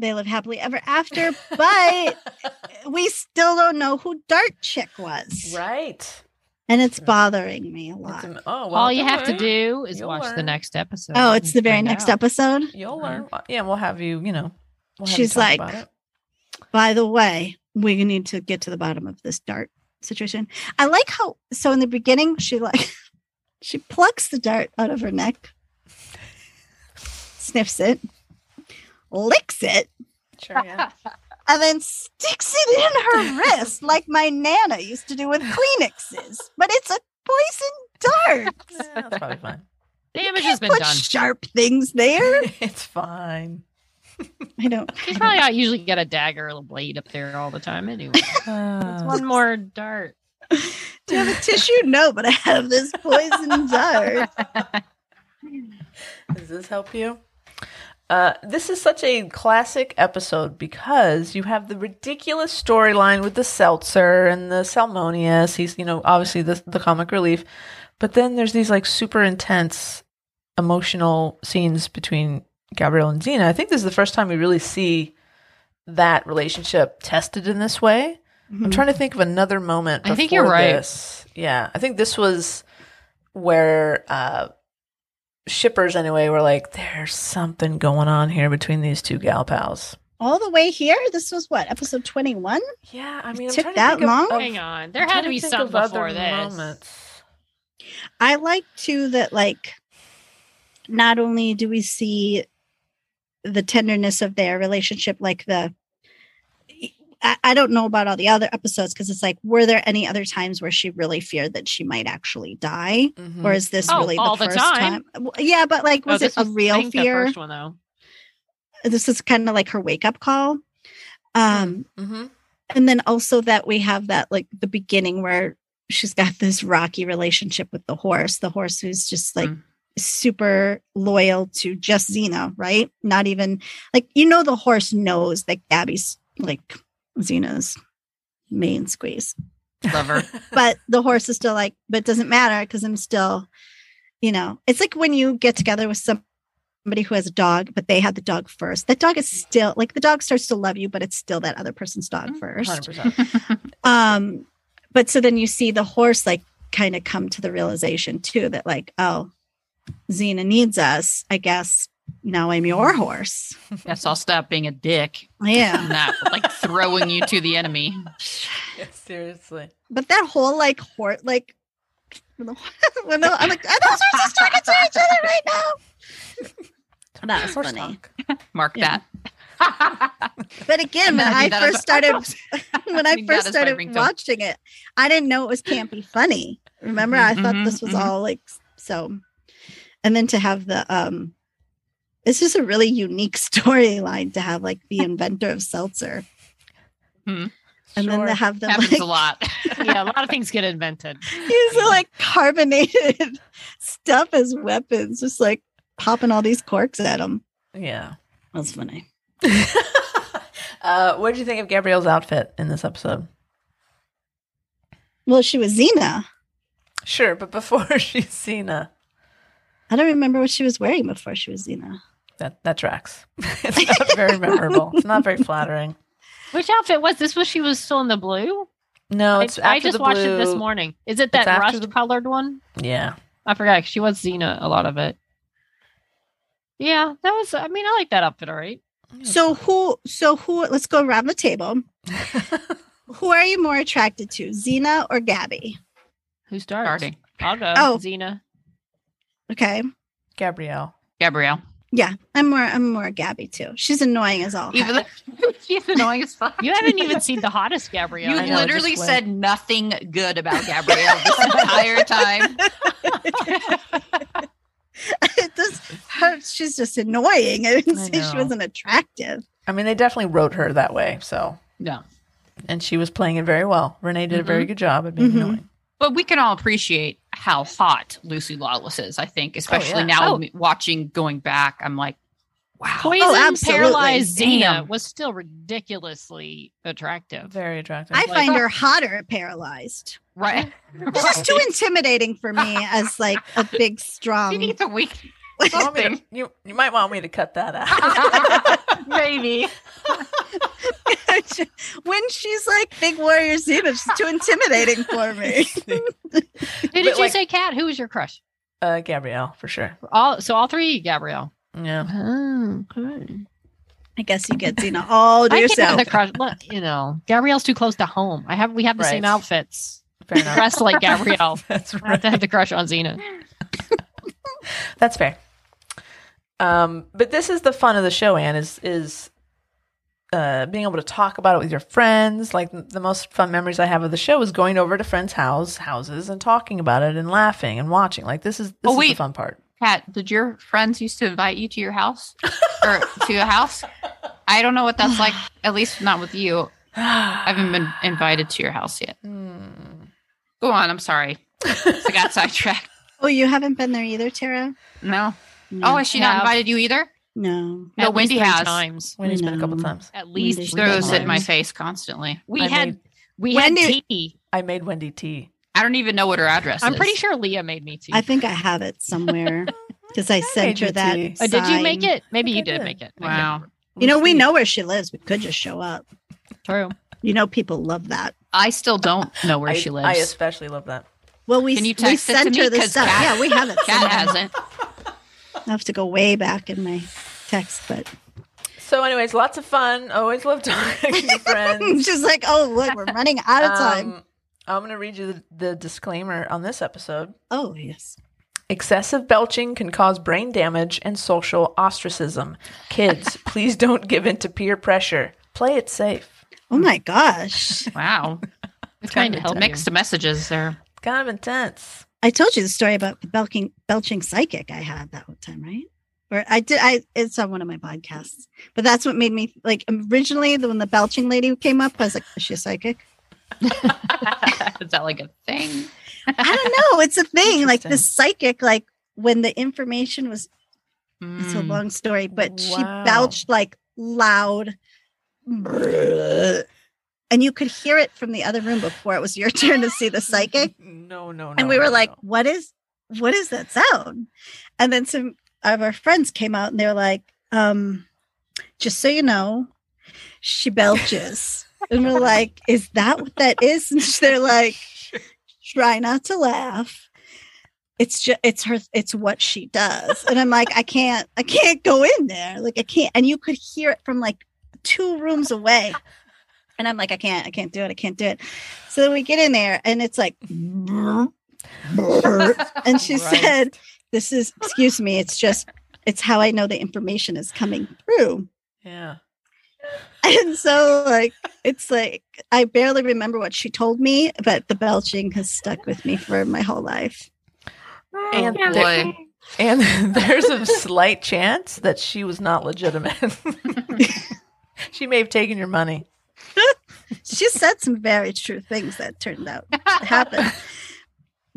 they live happily ever after but we still don't know who dart chick was
right.
and it's bothering me a
It's
lot
am- oh, well,
All you
don't
have to
worry.
do is
You'll
watch the
learn.
next episode.
Oh, it's the very
Find
next
out.
episode.
You'll learn. Yeah, we'll have you. You know. We'll have you
She's
talk
like,
about it.
By the way, we need to get to the bottom of this dart situation. I like how so in the beginning she like she plucks the dart out of her neck, sniffs it, licks it,
Sure, yeah.
and then sticks it in her wrist like my nana used to do with Kleenexes. But it's a poison dart.
Yeah, that's probably fine.
Damage has been
Put
done.
sharp things there.
it's fine.
I don't.
She's probably I usually get a dagger or a blade up there all the time anyway.
Uh,
One more dart.
Do you have a tissue? No, but I have this poison dart.
Does this help you? Uh, this is such a classic episode because you have the ridiculous storyline with the seltzer and the Salmonius. He's, you know, obviously the, the comic relief. But then there's these like super intense emotional scenes between Gabrielle and Xena. I think this is the first time we really see that relationship tested in this way. I'm trying to think of another moment.
Mm-hmm. I think you're
before
right.
this. Yeah, I think this was where uh, shippers, anyway, were like, "There's something going on here between these two gal pals."
all the way here. This was what episode twenty one.
Yeah, I mean,
It
I'm
took
trying
that
to think of-
long?
Of,
Hang on.
I'm
There
trying
had to be
think
some
of other
before this.
moments.
I like too that like not only do we see the tenderness of their relationship, like the I, I don't know about all the other episodes because it's like, were there any other times where she really feared that she might actually die,
Mhm.
or is this
Oh,
really
all
the
the
first time?
time. Oh,
Well, Yeah, but like, was it
this
a
I
real
think, the
fear?
first one though.
This is kind of like her wake up call. Um,
Mhm.
and then also that we have that like the beginning where she's got this rocky relationship with the horse the horse who's just like
Mm.
super loyal to just xena right not even like you know the horse knows that gabby's like xena's main squeeze
Lover.
but the horse is still like but it doesn't matter because i'm still you know it's like when you get together with some somebody who has a dog but they had the dog first that dog is still like the dog starts to love you but it's still that other person's dog
Mm,
first
100%.
um but so then you see the horse like kind of come to the realization too that like oh xena needs us i guess now i'm your horse
Guess I'll stop being a dick,
yeah
and not like throwing you to the enemy.
Seriously.
but that whole like horse like when the, when the, i'm like are those horses talking to each other right now that was
Horse
funny
talk.
Mark
Yeah.
that.
but again when
Imagine
i
that
first
as-
started when i
Imagine that
first
as my
started
ringtone.
watching it i didn't know it was campy funny remember i thought
Mhm,
this was
mhm.
all like so and then to have the um it's just a really unique storyline to have like the inventor of seltzer
Mhm.
and then to
Sure.
have them
Happens
like
a lot.
yeah, a lot of things get invented.
use the, like carbonated stuff as weapons just like popping all these corks at them
Yeah.
that's funny
uh, what did you think of Gabrielle's outfit in this episode?
well she was xena
Sure, but before she's uh, Cena.
i don't remember what she was wearing before she was xena
That that tracks. it's not very memorable. It's not very flattering.
Which outfit was this? Was she was still in the blue?
No, Oh, it's
I,
after
I just
the
watched it this
blue-
morning. Is it that
after
rust
the-
colored one?
Yeah.
I forgot. 'cause She was Xena a lot of it. Yeah, that was. I mean, I like that outfit. All right.
so who so who let's go around the table who are you more attracted to xena or gabby
Who starts?
Starting
I'll go.
Oh.
Xena.
Okay.
Gabrielle.
Gabrielle,
Yeah. I'm more I'm more Gabby too. She's annoying as all.
even though she's annoying as fuck.
You haven't even seen the hottest Gabrielle.
You
I know, just
literally
wait.
said nothing good about Gabrielle this entire time.
it just her she's just annoying. I didn't
I
say she
know.
wasn't attractive.
I mean, they definitely wrote her that way. So,
No.
and she was playing it very well. Renee did a very good job at being
Mhm.
annoying.
But we can all appreciate how hot Lucy Lawless is, I think, especially
yeah.
now
Oh.
watching going back. I'm like, wow.
Poison
Oh, absolutely.
paralyzed Xena
Damn.
was still ridiculously attractive.
Very attractive.
I
Like-
find her hotter at paralyzed.
right.
She's just too intimidating for me as like a big
She
strong
needs a week.
You want me to- you, you might want me to cut that out.
Maybe.
when she's like big warrior Xena, she's too intimidating for me.
Who did you
like-
say, Kat? Who was your crush?
uh, Gabrielle, for sure.
All so all three, Gabrielle.
Yeah.
Oh,
I guess you get Xena all to
I can't have
yourself.
the crush. Look, you know, Gabrielle's too close to home. I have we have the same
Right.
outfits.
Fair enough.
Dressed like Gabrielle.
That's
I have
right.
to have the crush on Xena.
That's fair. Um, but this is the fun of the show, Anne, is is uh, being able to talk about it with your friends. Like the most fun memories I have of the show is going over to friends' house houses and talking about it and laughing and watching. Like this is this
Oh,
is the
wait.
fun part.
Kat, did your friends used to invite you to your house or to a house? I don't know what that's like, at least not with you. I haven't been invited to your house yet.
Hmm.
Go on. I'm sorry. I got sidetracked.
Oh, you haven't been there either, Tara?
No.
No.
Oh, has she not
Have.
invited you either?
no.
No,
At least
Wendy
three
has.
times.
Wendy's been a couple
No.
times.
At least
Wendy
three
Throws it in my
times.
face constantly.
We
I
had
made-
we
Wendy-
had tea.
I made Wendy tea.
I don't even know what her address
I'm
is.
pretty sure Leah made me tea.
I think I have it somewhere because I sent
made
her
you
that.
tea.
Uh,
Oh,
did you make
sign.
it? Maybe
think
you
I
did
did.
make it. I can't
Wow.
remember.
You know, we know where she lives. We could just show up.
True.
You know, people love that.
I still don't know where
I,
she lives.
I especially love that.
Well, we
Can you
we
text it to
sent
me?
her the
'Cause
stuff.
Kat-
yeah, we haven't.
Kat hasn't.
I have to go way back in my text, but
So, anyways, lots of fun. Always love talking to friends.
she's like, "Oh, look, we're running out of time."
Um, I'm going to read you the, the disclaimer on this episode.
oh yes,
Excessive belching can cause brain damage and social ostracism. Kids, please don't give in to peer pressure. Play it safe.
Oh my gosh.
Wow.
We're trying
Kind
to
of
help mix.
Mixed messages there.
Kind of intense.
I told you the story about the belching, belching psychic I had that one time, right? Or I did. I it's on one of my podcasts, but that's what made me like originally the when the belching lady came up, I was like, is she a psychic?
Is that like a thing?
I don't know. It's a thing. Like
Interesting.
this psychic, like when the information was it's a
Mm.
long story, but she
Wow.
belched like loud, and you could hear it from the other room before it was your turn to see the psychic.
No, no, no.
and we
no,
were like,
no.
"What is what is that sound?" And then some of our friends came out and they were like, um, "Just so you know, she belches." and we're like, "Is that what that is?" And they're like, "Try not to laugh." It's just it's her it's what she does. And I'm like, "I can't I can't go in there. Like I can't." And you could hear it from like two rooms away. And I'm like, I can't, I can't do it, I can't do it. So then we get in there and it's like, and she
Christ.
said, This is, excuse me, it's just, it's how I know the information is coming through.
Yeah.
And so, like, it's like, I barely remember what she told me, but the belching has stuck with me for my whole life.
And
Oh,
there-
boy.
And there's a slight chance that she was not legitimate. she may have taken your money.
She said some very true things that turned out to happen.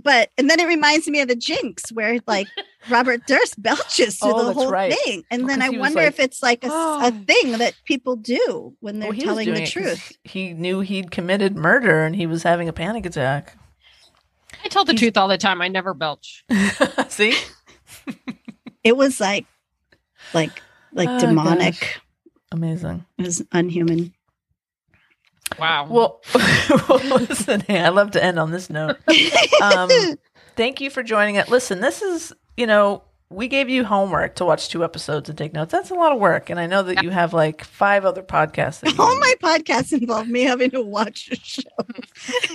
But, and then it reminds me of the jinx where, like, Robert Durst belches through
Oh,
the
that's
whole
right.
thing. And then
Because
I
he was
wonder
like,
if it's like a, s- a
"Oh."
thing that people do when they're
Well, he was
telling the
doing it 'cause
truth.
He knew he'd committed murder and he was having a panic attack.
I tell the truth all the time. I never belch.
See?
it was like like like
Oh,
demonic
Amazing.
it was unhuman
Wow.
Well, well, listen, hey, I love to end on this note. Um, thank you for joining us. Listen, this is, you know, we gave you homework to watch two episodes and take notes. That's a lot of work. And I know that you have like five other podcasts. That you
all my podcasts involve me having to watch a show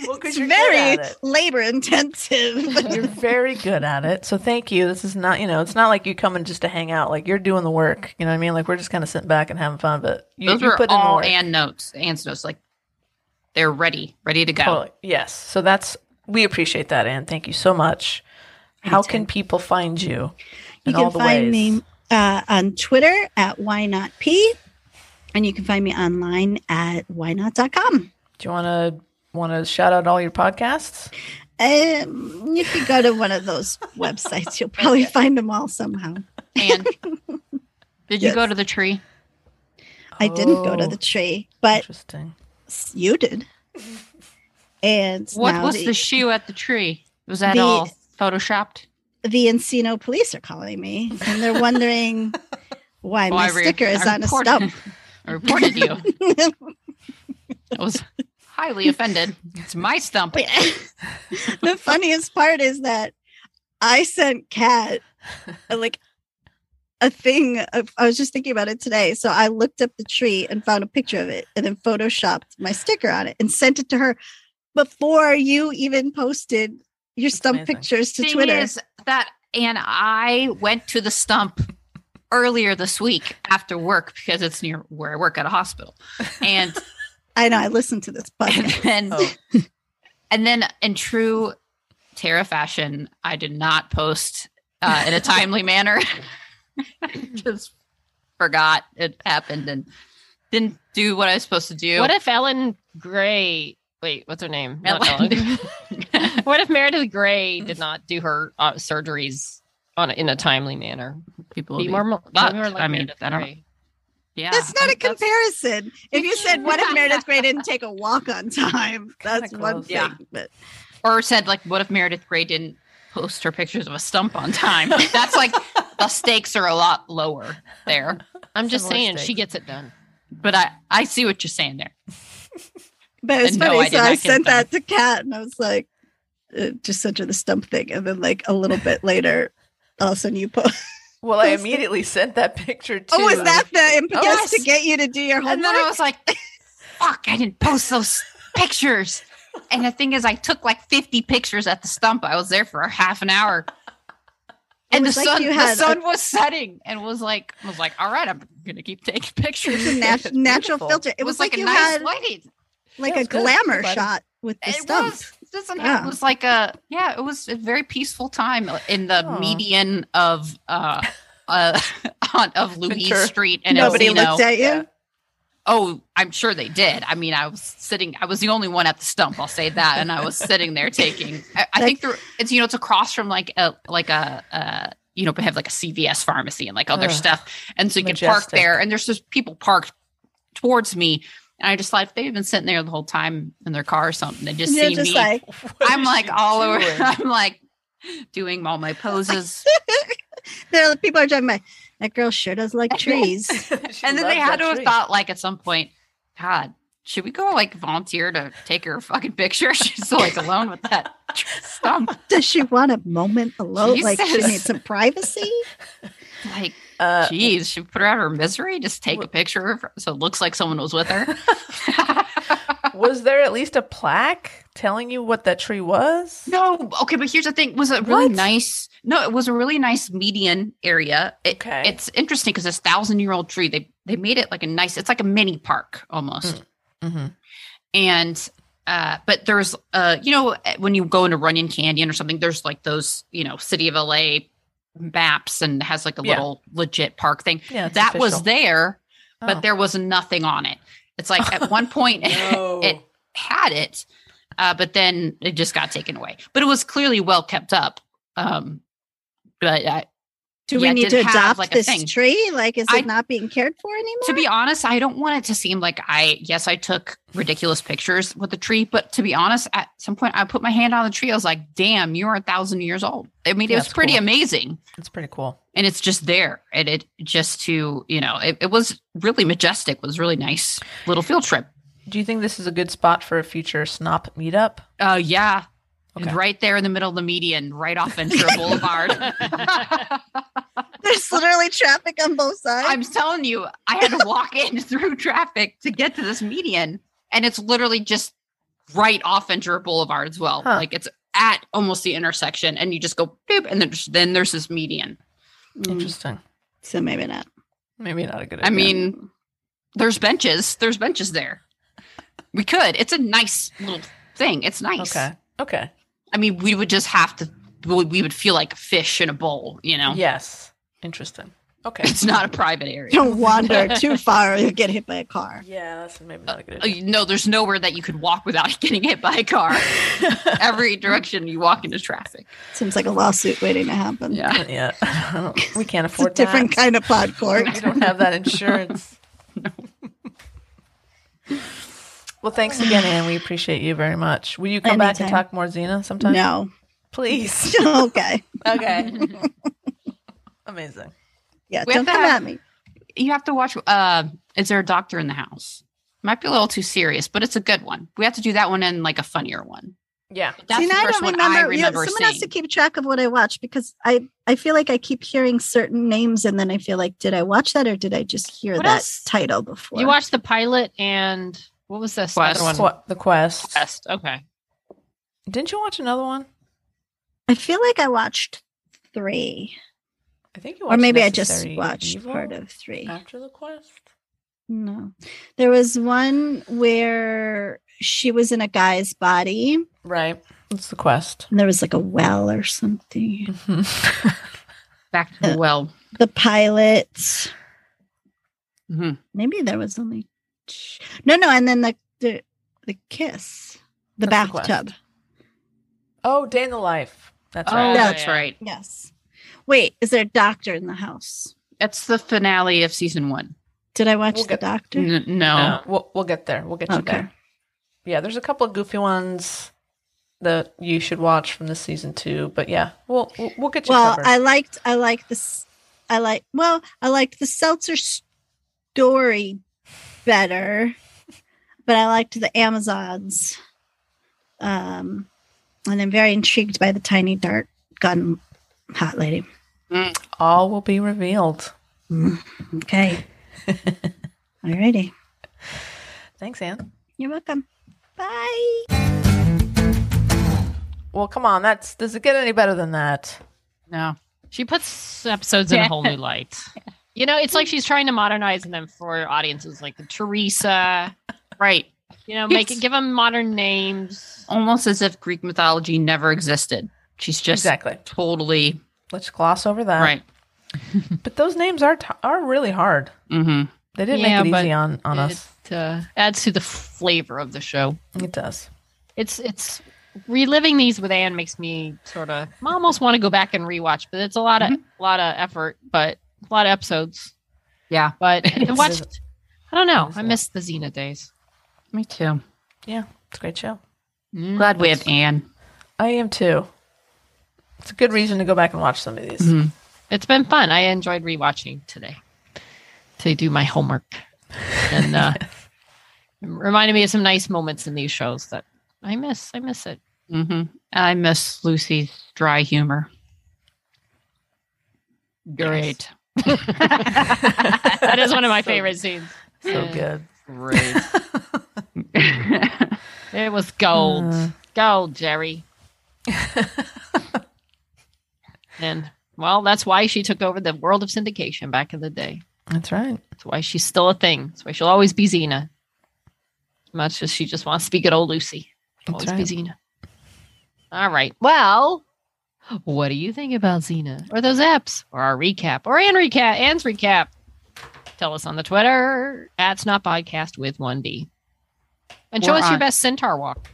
Well, 'cause
it's
you're good
very
at it.
labor intensive
You're very good at it. So thank you. This is not, you know, it's not like you come in just to hang out. Like you're doing the work. You know what I mean? Like we're just kind of sitting back and having fun, but you,
Those
you
were
put in the
all
work.
and notes. And notes. Like they're ready, ready to go.
Totally. Yes. So that's, we appreciate that, Anne. Thank you so much. How can people find you?
you
in
can
all the
find
ways?
me uh, on twitter at why not p and you can find me online at whynot.com
Do you want to want to shout out all your podcasts?
um, if you go to one of those websites you'll probably find them all somehow
And did you
Yes.
go to the tree?
i didn't go to
Oh,
the tree but
Interesting.
you did and
What
now
was the shoe at the tree? Was that
The-
all photoshopped?
the Encino police are calling me and they're wondering why
Oh,
my
I re-
sticker
I
is on a
reported-
stump.
I reported you. I was highly offended. It's my stump.
the funniest part is that I sent Kat uh, like a thing. Of, I was just thinking about it today. So I looked up the tree and found a picture of it and then photoshopped my sticker on it and sent it to her before you even posted your stump
amazing.
pictures to
thing
Twitter.
is that and I went to the stump earlier this week after work because it's near where I work at a hospital. And
I know I listened to this
and
podcast.
then
Oh.
and then in true Tara fashion, I did not post uh, in a timely manner. Just forgot it happened and didn't do what I was supposed to do.
What if Ellen Gray? Wait, what's her name? Not
Ellen.
Ellen. what if Meredith Gray did not do her uh, surgeries on in a timely manner?
people
Be more, mo- be
fucked.
more like
I mean,
Meredith
I don't-
Gray.
yeah,
That's not a comparison. If you said what if Meredith Gray didn't take a walk on time, that's
Kinda
one
close.
thing.
Yeah.
But
or said like what if meredith gray didn't post her pictures of a stump on time that's like the stakes are a lot lower there
I'm just
Similar
saying, she
stakes.
gets it done.
but i i see what you're saying there
but it's
And no,
funny.
I did
so I
not get
sent
that.
that to Kat and I was like, uh, just sent her the stump thing. And then like a little bit later, all of a sudden you
Oh,
post.
Well, I
Those-
immediately sent that picture to.
Oh, was that the impetus
Yes.
to get you to do your
uh, and then i
homework?
was like fuck i didn't post those pictures and the thing is i took like 50 pictures at the stump i was there for a half an hour and the
was like
sun,
you
the
had
sun was setting, and was like, I was like, all right, I'm gonna keep taking pictures.
a nat- natural
Beautiful.
filter. It,
It
was, like,
a
you
nice
had
lighting.
like
Yeah,
a
it was good.
glamour
Good.
shot with the
it
stump.
was. It doesn't
Yeah.
have, it was like a yeah. It was a very peaceful time in the
Aw.
median of uh, uh of Louise
Ventura.
Street and
Nobody
Encino.
looked at you.
Yeah.
Oh, I'm sure they did. I mean, I was sitting. I was the only one at the stump. I'll say that. And I was sitting there taking. I, I think there, it's you know it's across from like a like a uh, you know they have like a CVS pharmacy and like other
Ugh.
stuff. And so you can park
Majestic.
there. And there's just people parked towards me. And I just like they've been sitting there the whole time in their car or something. They just
You're
see
just
me.
like,
What
I'm
is
like
she
all over.
doing?
I'm like doing all my poses.
there are people are driving by. That girl sure does like trees.
She
and then
loves
they had
that
to have
tree.
thought like at some point, God, should we go like volunteer to take her fucking picture? She's like alone with that stump.
does she want a moment alone? Like she
Jesus.
needs some privacy.
Like,
Uh,
geez, should we put her out of her misery? Just take a
Well-
picture of her so it looks like someone was with her.
was there at least a plaque telling you what that tree was?
no, okay, but here's the thing: was it really
What?
nice? No, it was a really nice median area. It,
Okay.
it's interesting because this thousand year old tree they they made it like a nice. It's like a mini park almost.
Mm-hmm.
and uh, but there's uh, you know when you go into Runyon Canyon or something, there's like those you know city of LA maps and has like a
Yeah.
little legit park thing.
Yeah, it's
that was
official.
there,
Oh.
but there was nothing on it. It's like at one point it had it, uh, but then it just got taken away. But it was clearly well kept up. Um, but uh,
Do we
Yeah, it
need to
didn't have,
adopt
like, a
this
thing.
tree? Like, is it
I-
not being cared for anymore?
to be honest, I don't want it to seem like I, yes, I took ridiculous pictures with the tree, but to be honest, at some point I put my hand on the tree. I was like, damn, you're a thousand years old. I mean, it
Yeah,
was
it's
pretty
cool.
amazing.
It's pretty cool.
And it's just there. And it just to, you know, it, it was really majestic, was really nice little field trip.
Do you think this is a good spot for a future snop meetup?
Uh, yeah.
Okay.
Right there in the middle of the median, right off Ventura Boulevard.
There's literally traffic on both sides.
I'm telling you, I had to walk in through traffic to get to this median, and it's literally just right off Ventura Boulevard as well.
Huh.
Like it's at almost the intersection, and you just go boop, and then then there's this median.
Mm,
Interesting.
so maybe not.
Maybe not a good idea.
I mean, there's benches. There's benches there. We could. It's a nice little thing. It's nice.
okay. Okay.
I mean, we would just have to. We we would feel like fish in a bowl. You know,
Yes. Interesting. Okay.
it's not a private area.
Don't wander too far or you'll get hit by a car.
Yeah, that's maybe not a good
Uh,
idea.
No, there's nowhere that you could walk without getting hit by a car. Every direction you walk into traffic.
Seems like a lawsuit waiting to happen.
Yeah.
yeah. I don't- we can't
It's a
afford
different
that.
kind of pod court.
We don't have that insurance. well, thanks again, Anne. We appreciate you very much. Will you come back and
Anytime.
talk more Xena sometime?
no.
Please.
okay.
okay. Amazing.
Yeah,
We
don't
have
come
to-
at me.
You have to watch. Uh, is there a doctor in the house? Might be a little too serious, but it's a good one. We have to do that one and like a funnier one.
Yeah.
That's
See,
the
now
first one I
you know,
remember
someone
seeing.
has to keep track of what I watch because I, I feel like I keep hearing certain names and then I feel like, did I watch that or did I just hear
What
that
else?
title before?
You watched the pilot and what was this
Quest.
other one?
Qu- the quest.
Quest. Okay.
Didn't you watch another one?
I feel like I watched three.
I think you
or
watched
maybe I just
Necessary
watched
Evil Oh.
part of three.
after the quest.
No, there was one where she was in a guy's body,
Right. It's the quest.
and there was like a well or something.
Back to the well.
The pilot,
Mm-hmm.
Mhm.
maybe there was only t- no, no, and then the the, the kiss, the
That's the quest.
bathtub.
oh, Day in the Life. That's
Oh,
Yeah.
right.
that's right.
yes. Wait, is there a doctor in the house?
That's the finale of season one.
Did I watch
We'll
the
get-
doctor?
N- no.
Uh, we'll, we'll get there. We'll get you
Okay.
there. Yeah, there's a couple of goofy ones that you should watch from this season too. But yeah, we'll we'll, we'll get you
well
covered.
i liked i liked this i like well i liked the seltzer story better but i liked the amazons um and i'm very intrigued by the tiny dart gun hot lady
All will be revealed.
okay alrighty
Thanks, Anne.
you're welcome bye
Well, come on. That's does it get any better than that?
No.
She puts episodes in a whole new light. You know, it's like she's trying to modernize them for audiences like the Teresa.
Right.
You know, make it give them modern names.
Almost as if Greek mythology never existed. She's just
exactly.
totally
Let's gloss over that.
right.
But those names are t- are really hard.
hmm
They didn't
Yeah,
make it
but
easy on on us.
It uh, adds to the flavor of the show.
It does.
It's it's reliving these with Anne makes me sort of I almost want to go back and rewatch, but it's a lot of
Mm-hmm.
a lot of effort, but a lot of episodes.
Yeah.
But I
It's-
watched. I don't know.
It's a
I
lot.
miss the Xena days.
Me too.
It's a great show.
Mm.
Glad we have Anne.
I am too. It's a good reason to go back and watch some of these.
Mhm.
It's been fun. I enjoyed rewatching today to do my homework, and uh, it reminded me of some nice moments in these shows that I miss. I miss it.
hmm I miss Lucy's dry humor. Great.
That is one of my
So-
favorite scenes.
So
Yeah.
good.
Great.
It was gold.
Uh.
gold, Jerry. and well, that's why she took over the world of syndication back in the day.
That's right.
That's why she's still a thing. That's why she'll always be Xena. As much as she just wants to be good old Lucy. She'll
That's
Always be Xena. All right. Well, what do you think about Xena? Or those apps? Or our recap? Or Anne recap Anne's recap. Tell us on the Twitter at Snot Podcast with one D. And show
We're
us your
on-
best centaur walk.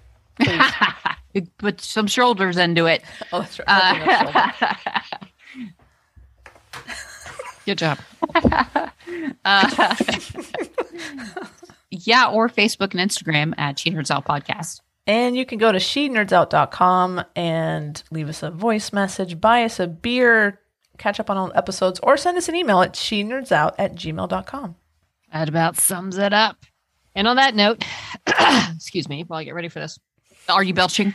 Put some shoulders into it.
Oh, that's right.
Uh,
Good job.
uh, yeah, or Facebook and Instagram at She Nerds Out Podcast.
And you can go to sheenerdsout.com and leave us a voice message, buy us a beer, catch up on all episodes, or send us an email at sheenerdsout at gmail.com.
That about sums it up. And on that note, excuse me while I get ready for this.
Are you belching?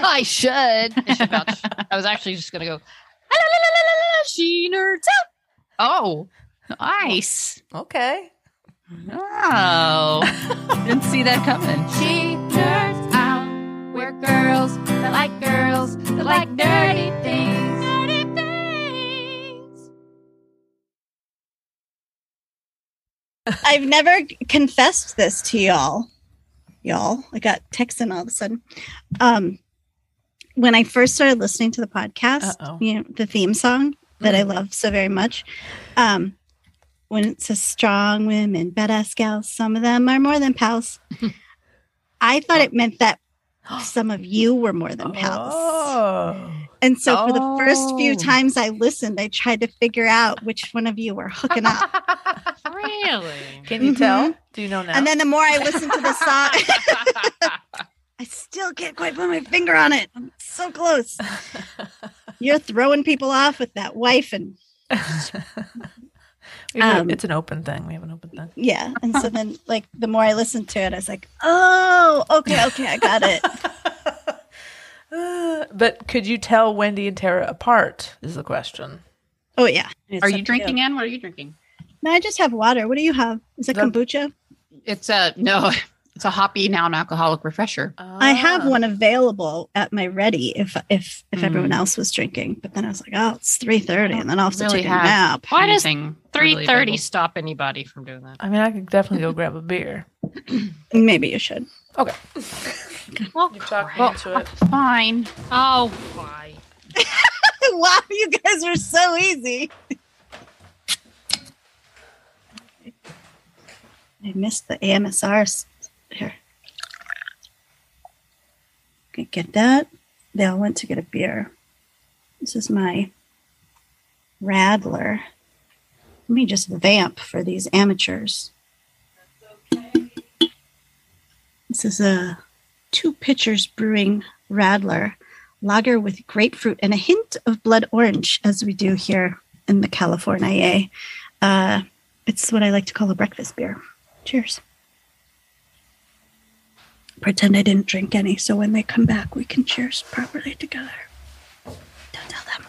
I should. I, should vouch. I was actually just going to go, "La, la, la, la, la, la, she nerds out.
Oh, nice.
Okay.
Oh, didn't see that coming.
She nerds out. We're girls that like girls that like nerdy things. Nerdy things.
I've never confessed this to y'all. Y'all, I got texting all of a sudden. Um, when I first started listening to the podcast,
Uh-oh. Mm-hmm.
you know, the theme song that I love so very much, um, when it says strong women, badass gals, some of them are more than pals. I thought it meant that some of you were more than pals.
Oh.
And so for the first few
Oh.
times I listened, I tried to figure out which one of you were hooking up.
Really?
Can you
Mhm.
tell? Do you know now?
And then the more I listen to the song, I still can't quite put my finger on it. I'm so close. You're throwing people off with that wife, and
We have-
um,
it's an open thing. We have an open thing.
yeah. And so then, like, the more I listened to it, I was like, oh, okay, okay, I got it.
Uh, but could you tell Wendy and Tara apart? Is the question.
Oh, yeah. It's
Are
up to
you drinking, Anne? What are you drinking?
No, I just have water. What do you have? Is it
The-
kombucha?
It's a no. It's a hoppy non-alcoholic refresher.
I
Ah.
have one available at my ready if if if
Mm.
everyone else was drinking. But then I was like, oh, it's three thirty, and then I'll have to
Really
take a
have-
nap.
Why does
Anything really
330
available.
stop anybody from doing that?
I mean, I could definitely go grab a beer.
Maybe you should.
Okay.
Well,
You talked me
crap.
into it.
Fine.
oh, why?
wow, you guys were so easy. I missed the AMSRs here. Okay, get that. They all went to get a beer. This is my Radler. Let me just vamp for these amateurs. This is a two pitchers brewing Radler lager with grapefruit and a hint of blood orange, as we do here in the California. eh? Uh, it's what I like to call a breakfast beer. Cheers. Pretend I didn't drink any, so when they come back, we can cheers properly together. Don't tell them.